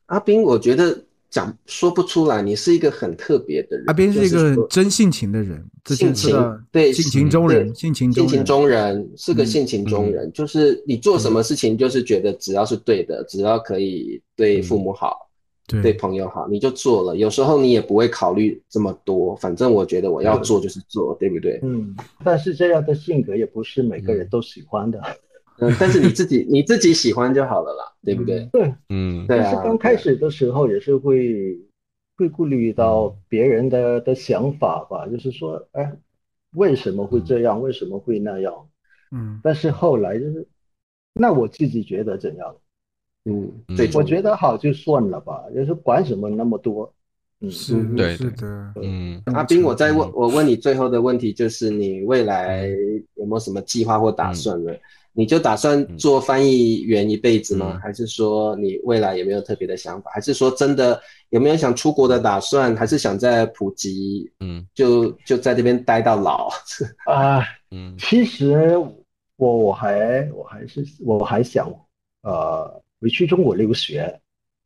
C: 阿斌，我觉得讲说不出来，你是一个很特别的人，
B: 阿斌是一
C: 就
B: 个
C: 说
B: 很真性情的人，之前
C: 性
B: 知道
C: 情对
B: 性情中人，
C: 对
B: 性情
C: 性情
B: 人，
C: 中人，是个性情中人，就是你做什么事情，就是觉得只要是对的，只要可以对父母好，对
B: 对
C: 朋友好，你就做了。有时候你也不会考虑这么多，反正我觉得我要做就是做，对不对？
D: 嗯，但是这样的性格也不是每个人都喜欢的。
C: 嗯，但是你自己你自己喜欢就好了啦，对不对？
A: 嗯
C: 对
D: 但
C: 啊
D: 是，刚开始的时候也是会会顾虑到别人的的想法吧，就是说，哎，为什么会这样？为什么会那样？
B: 嗯
D: 但是后来就是，那我自己觉得怎样？
C: 嗯
A: 嗯，
C: 最终
D: 我觉得好就算了吧，就是管什么那么多。嗯，
B: 是
D: 嗯
A: 对
B: 是的，
A: 嗯
C: 阿斌，我再问
A: 嗯，
C: 我问你最后的问题，就是你未来有没有什么计划或
A: 嗯
C: 打算呢？你就打算做翻译员一辈子吗？
A: 嗯
C: 还是说你未来有没有特别的想法？还是说真的有没有想出国的打算？还是想在普吉
A: 嗯
C: 就就在这边待到老？
D: 啊，
A: 嗯
D: 其实我我还我还是我还想呃回去中国留学，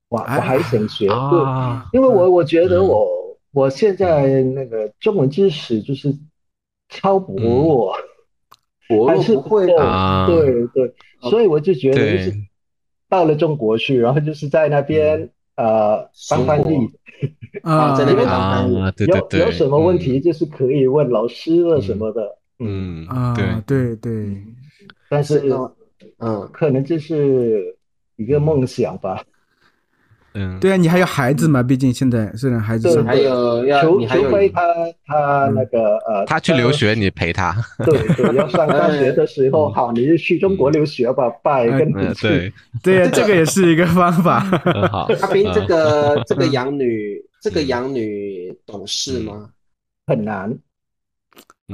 D: 我我
B: 哎
D: 还想学，对，
A: 啊
D: 因为我我觉得
A: 嗯
D: 我我现在那个中文知识就是超薄
A: 嗯
D: 弱，
C: 我
D: 还
C: 又
D: 是
C: 不会
D: 够
A: 啊
D: 对对，所以我就觉得就是
A: 对
D: 到了中国去，然后就是在那边
A: 嗯
D: 呃当翻
C: 生
D: 译
C: 活。
B: 啊，
C: 在那边
A: 啊，对对
D: 有
A: 对，
D: 有什么问题就是可以问老师了什么的，
A: 嗯
B: 啊，
A: 对
B: 对对，
C: 嗯
D: 但是
C: 呢，嗯，
D: 可能这是一个梦想吧。
A: 嗯，
B: 对啊，你还有孩子嘛？毕竟现在虽然孩子
D: 对
B: 上
C: 还有要
D: 除
C: 啊你还
D: 除
C: 有
D: 非他他那个呃，
A: 嗯他去留学，你陪他，
D: 对对，要上大学 的时候，好，你就去中国留学吧，拜跟
A: 嗯
D: 你，去。
A: 对，
B: 对啊，这个也是一个方法。
A: 很好。
C: 阿斌
A: 嗯嗯
C: 这个这个养女这个养女懂事吗？
D: 很难，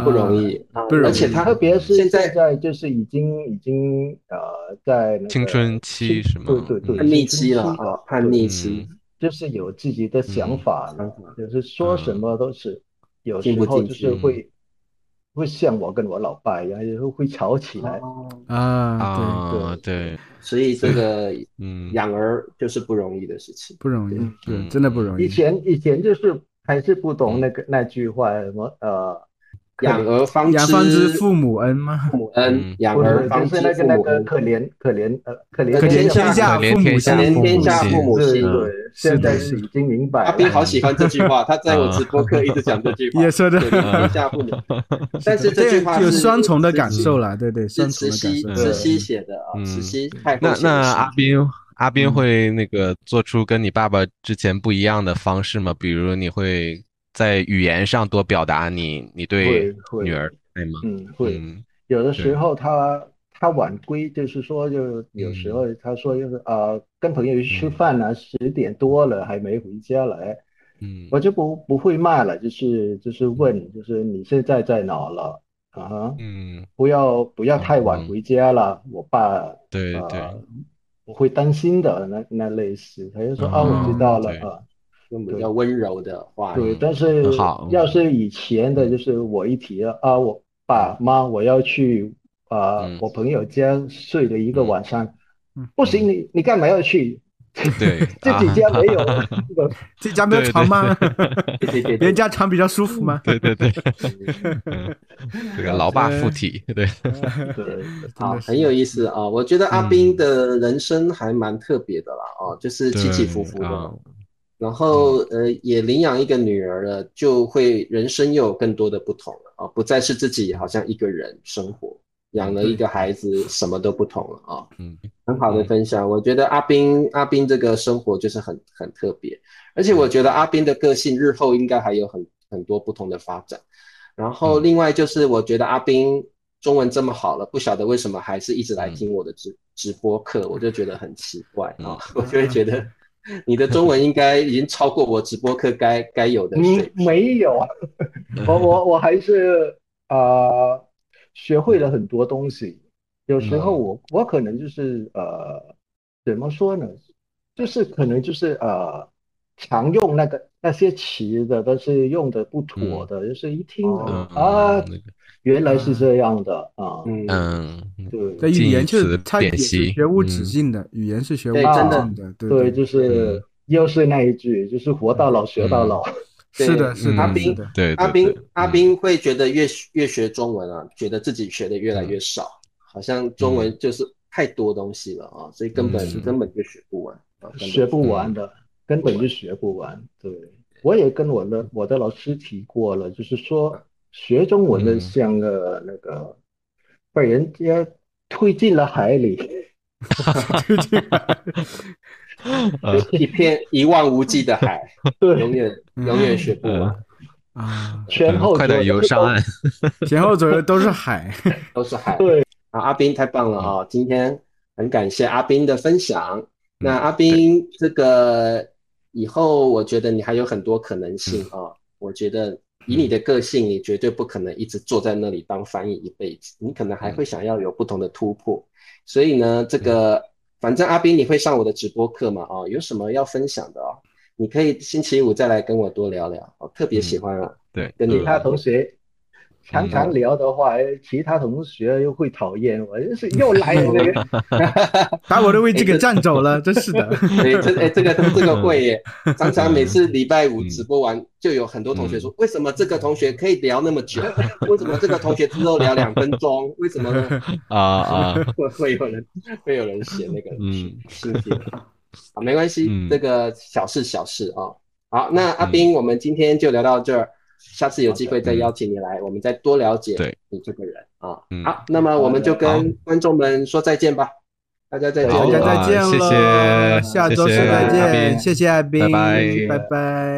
C: 不容易，
B: 不容易
C: 而且她
D: 特别是
C: 现在
D: 现在就是已经已经呃在那个
A: 青春期是吗嗯
D: 对对对，
C: 叛逆期了
D: 青春
C: 啊，叛逆嗯期，
B: 嗯
D: 就是有自己的想法了，就是说什么都是，有
C: 听嗯
D: 时
C: 不
D: 候
C: 进
D: 就
C: 去
D: 是会会像我跟我老爸一样，有时候会吵起来。
C: 哦
B: 啊，
A: 啊，对，
C: 所以这个
A: 嗯，
C: 养儿就是不容易的事情
B: 对，。不容易
D: 嗯，
B: 对，真的不容
D: 以
B: 易。
D: 前以前就是还是不
C: 嗯
D: 懂那个那句话什么呃，
C: 养儿方
B: 养方知父母恩吗？
C: 父母恩
A: 嗯，
C: 养
D: 不是
C: 儿方
D: 就
C: 知
D: 是那
C: 父
D: 个那
C: 母
D: 个
C: 恩。
D: 可怜可怜呃可怜
C: 可怜
D: 天
C: 天
B: 下
A: 可怜
B: 父母
A: 天下
B: 心，
C: 可怜天下
A: 心
C: 父母
D: 对
C: 心
D: 对，现在是已经明白
C: 阿
D: 了。
C: 斌好喜欢这句话，他在我直播课一直讲这句话，
B: 啊 也说得
C: 可怜天 下父母。但是这句话
B: 个有
C: 是
B: 双重的感受啦，对对，
C: 是
B: 双重
C: 慈
B: 的
C: 禧
B: 感受。
C: 慈
D: 对
C: 禧写的啊，
A: 嗯
C: 慈禧太后
A: 那
C: 写
A: 那
C: 的诗
A: 阿斌，阿斌
B: 嗯
A: 会那个做出跟你爸爸之前不一样的方式吗？比如你会在语言上多表达你你对
D: 会会
A: 女儿爱吗？
D: 嗯会。
A: 嗯
D: 有的时
A: 对嗯
D: 候他他晚归，就是说，就有时候他说就是呃，跟朋友去吃饭呢，十点多了还没回家来，
A: 嗯
D: 我就不不会骂了，就是就是问，就是你现在在哪了啊哈？
A: 嗯，
D: 不要不要太晚回家了，我爸
A: 哦对
D: 呃
A: 对，
D: 我会担心的那那类似，他就说啊，
B: 嗯
D: 我知道了
A: 对
D: 啊，
C: 用比较温柔的话语，
D: 对，但是
A: 很嗯好
D: 要是以前的，就是我一提了啊，我爸妈我要去啊、
A: 嗯
D: 我朋友家睡了一个晚上，
B: 嗯
D: 不行，你你干嘛要去？
A: 对啊
D: 自己家没有，
B: 这家没有
A: 对
B: 床 吗？
C: 对对对对
B: 人家床比较舒 服吗？
A: 对对 对，嗯这个老爸附体，
D: 嗯
A: 对，
D: 对，
B: 真
C: 啊，
B: 的是嗯
C: 很有意思啊！我觉得阿斌的人生还蛮特别的啦，哦，就是起起伏伏
A: 对
C: 的
A: 啊。
B: 嗯
C: 然后呃，也领养一个女儿了，就会人生又有更多的不同了啊，不再是自己好像一个人生活，养了一个孩子，什么都不同了啊。
A: 嗯
C: 很好的分享，我觉得阿斌阿斌这个生活就是很很特别，而且我觉得阿斌的个性日后应该还有很很多不同的发展。然后另外就是我觉得阿斌中文这么好了，不晓得为什么还是一直来听我的直、直播课，我就觉得很奇怪啊、 我就会觉得你的中文应该已经超过我直播课该该有的水
D: 嗯，
C: 平。
D: 没有， 我我我还是啊、呃学会了很多东西。有时
A: 嗯
D: 候我我可能就是呃，怎么说呢？就是可能就是呃，常用那个那些词的，但是用的不妥的，就是一听
A: 嗯
D: 啊，
A: 那个
D: 原来是这样的啊，
C: 嗯，
A: 嗯，
B: 对，
D: 对
B: 语言就
A: 近
B: 是
A: 义词
B: 它也
A: 辨
B: 是
A: 析
B: 学无
A: 嗯
B: 止境的，语言是学无止
C: 对
D: 真的
B: 境的，对
D: 对，
B: 对，
D: 就是又是那一句，就是活到老学
A: 嗯
D: 到老，
B: 是的，
C: 对
B: 是
A: 阿
B: 的，
C: 斌
B: 是的，
A: 嗯对，对
C: 阿斌
A: 对
C: 阿
A: 嗯
C: 斌会觉得越学越学中文啊，觉得自己学的越来
A: 嗯
C: 越少，好像中文就是太多东西了啊，所以根本、
A: 嗯是的
C: 根本就学不完啊，根本
D: 学不完的，根本就学不完。对，我也跟我的我的老师提过了，就是说学中文的
A: 嗯
D: 像个那个被人家推进了海 里，
C: 一片一望无际的 海，永
D: 对，
C: 远永远学不完，
B: 啊，
D: 前后
A: 嗯快点
D: 左右
A: 游上岸，
B: 前后左右都是海，
C: 都是海。
D: 对
C: 啊，阿斌太棒了啊！今天很感谢阿斌的分享。那阿斌，这个以后我觉得你还有很多可能性啊。我觉得以你的个性，你绝对不可能一直坐在那里当翻译一辈子，你可能还会想要有不同的突破。所以呢，这个反正阿斌你会上我的直播课嘛？啊，有什么要分享的哦？你可以星期五再来跟我多聊聊。我特别喜欢啊，
A: 对，
C: 跟你
D: 其他
C: 聊
D: 同学。
A: 嗯
D: 常常聊的话，哎其他同学又会讨厌我，就是又来了 这个。
B: 把我的位置给占走了，真是的。
C: 哎，这哎，这个这个会耶，常常每次礼拜五直播完，就有很多同学说，为什么这个同学可以聊那么久？ 为什么这个同学只有聊两分钟？为什么呢？
A: 啊 啊，
C: 会会有人会有人写那个
A: 嗯
C: 信息啊，好没关系，
A: 嗯
C: 这个小事小事啊。好，那阿斌，我们今天就聊到这儿。下次有机会再邀请你来，我们再多了解
A: 对
C: 你这个人啊。
A: 嗯
C: 好，那么我们就跟观众们说再见吧，大家再见。
D: 好
B: 大家再见
A: 啊谢谢
B: 了，下周四
A: 谢谢
B: 再
A: 阿斌
B: 见，谢谢艾斌，
A: 拜拜
B: 拜拜。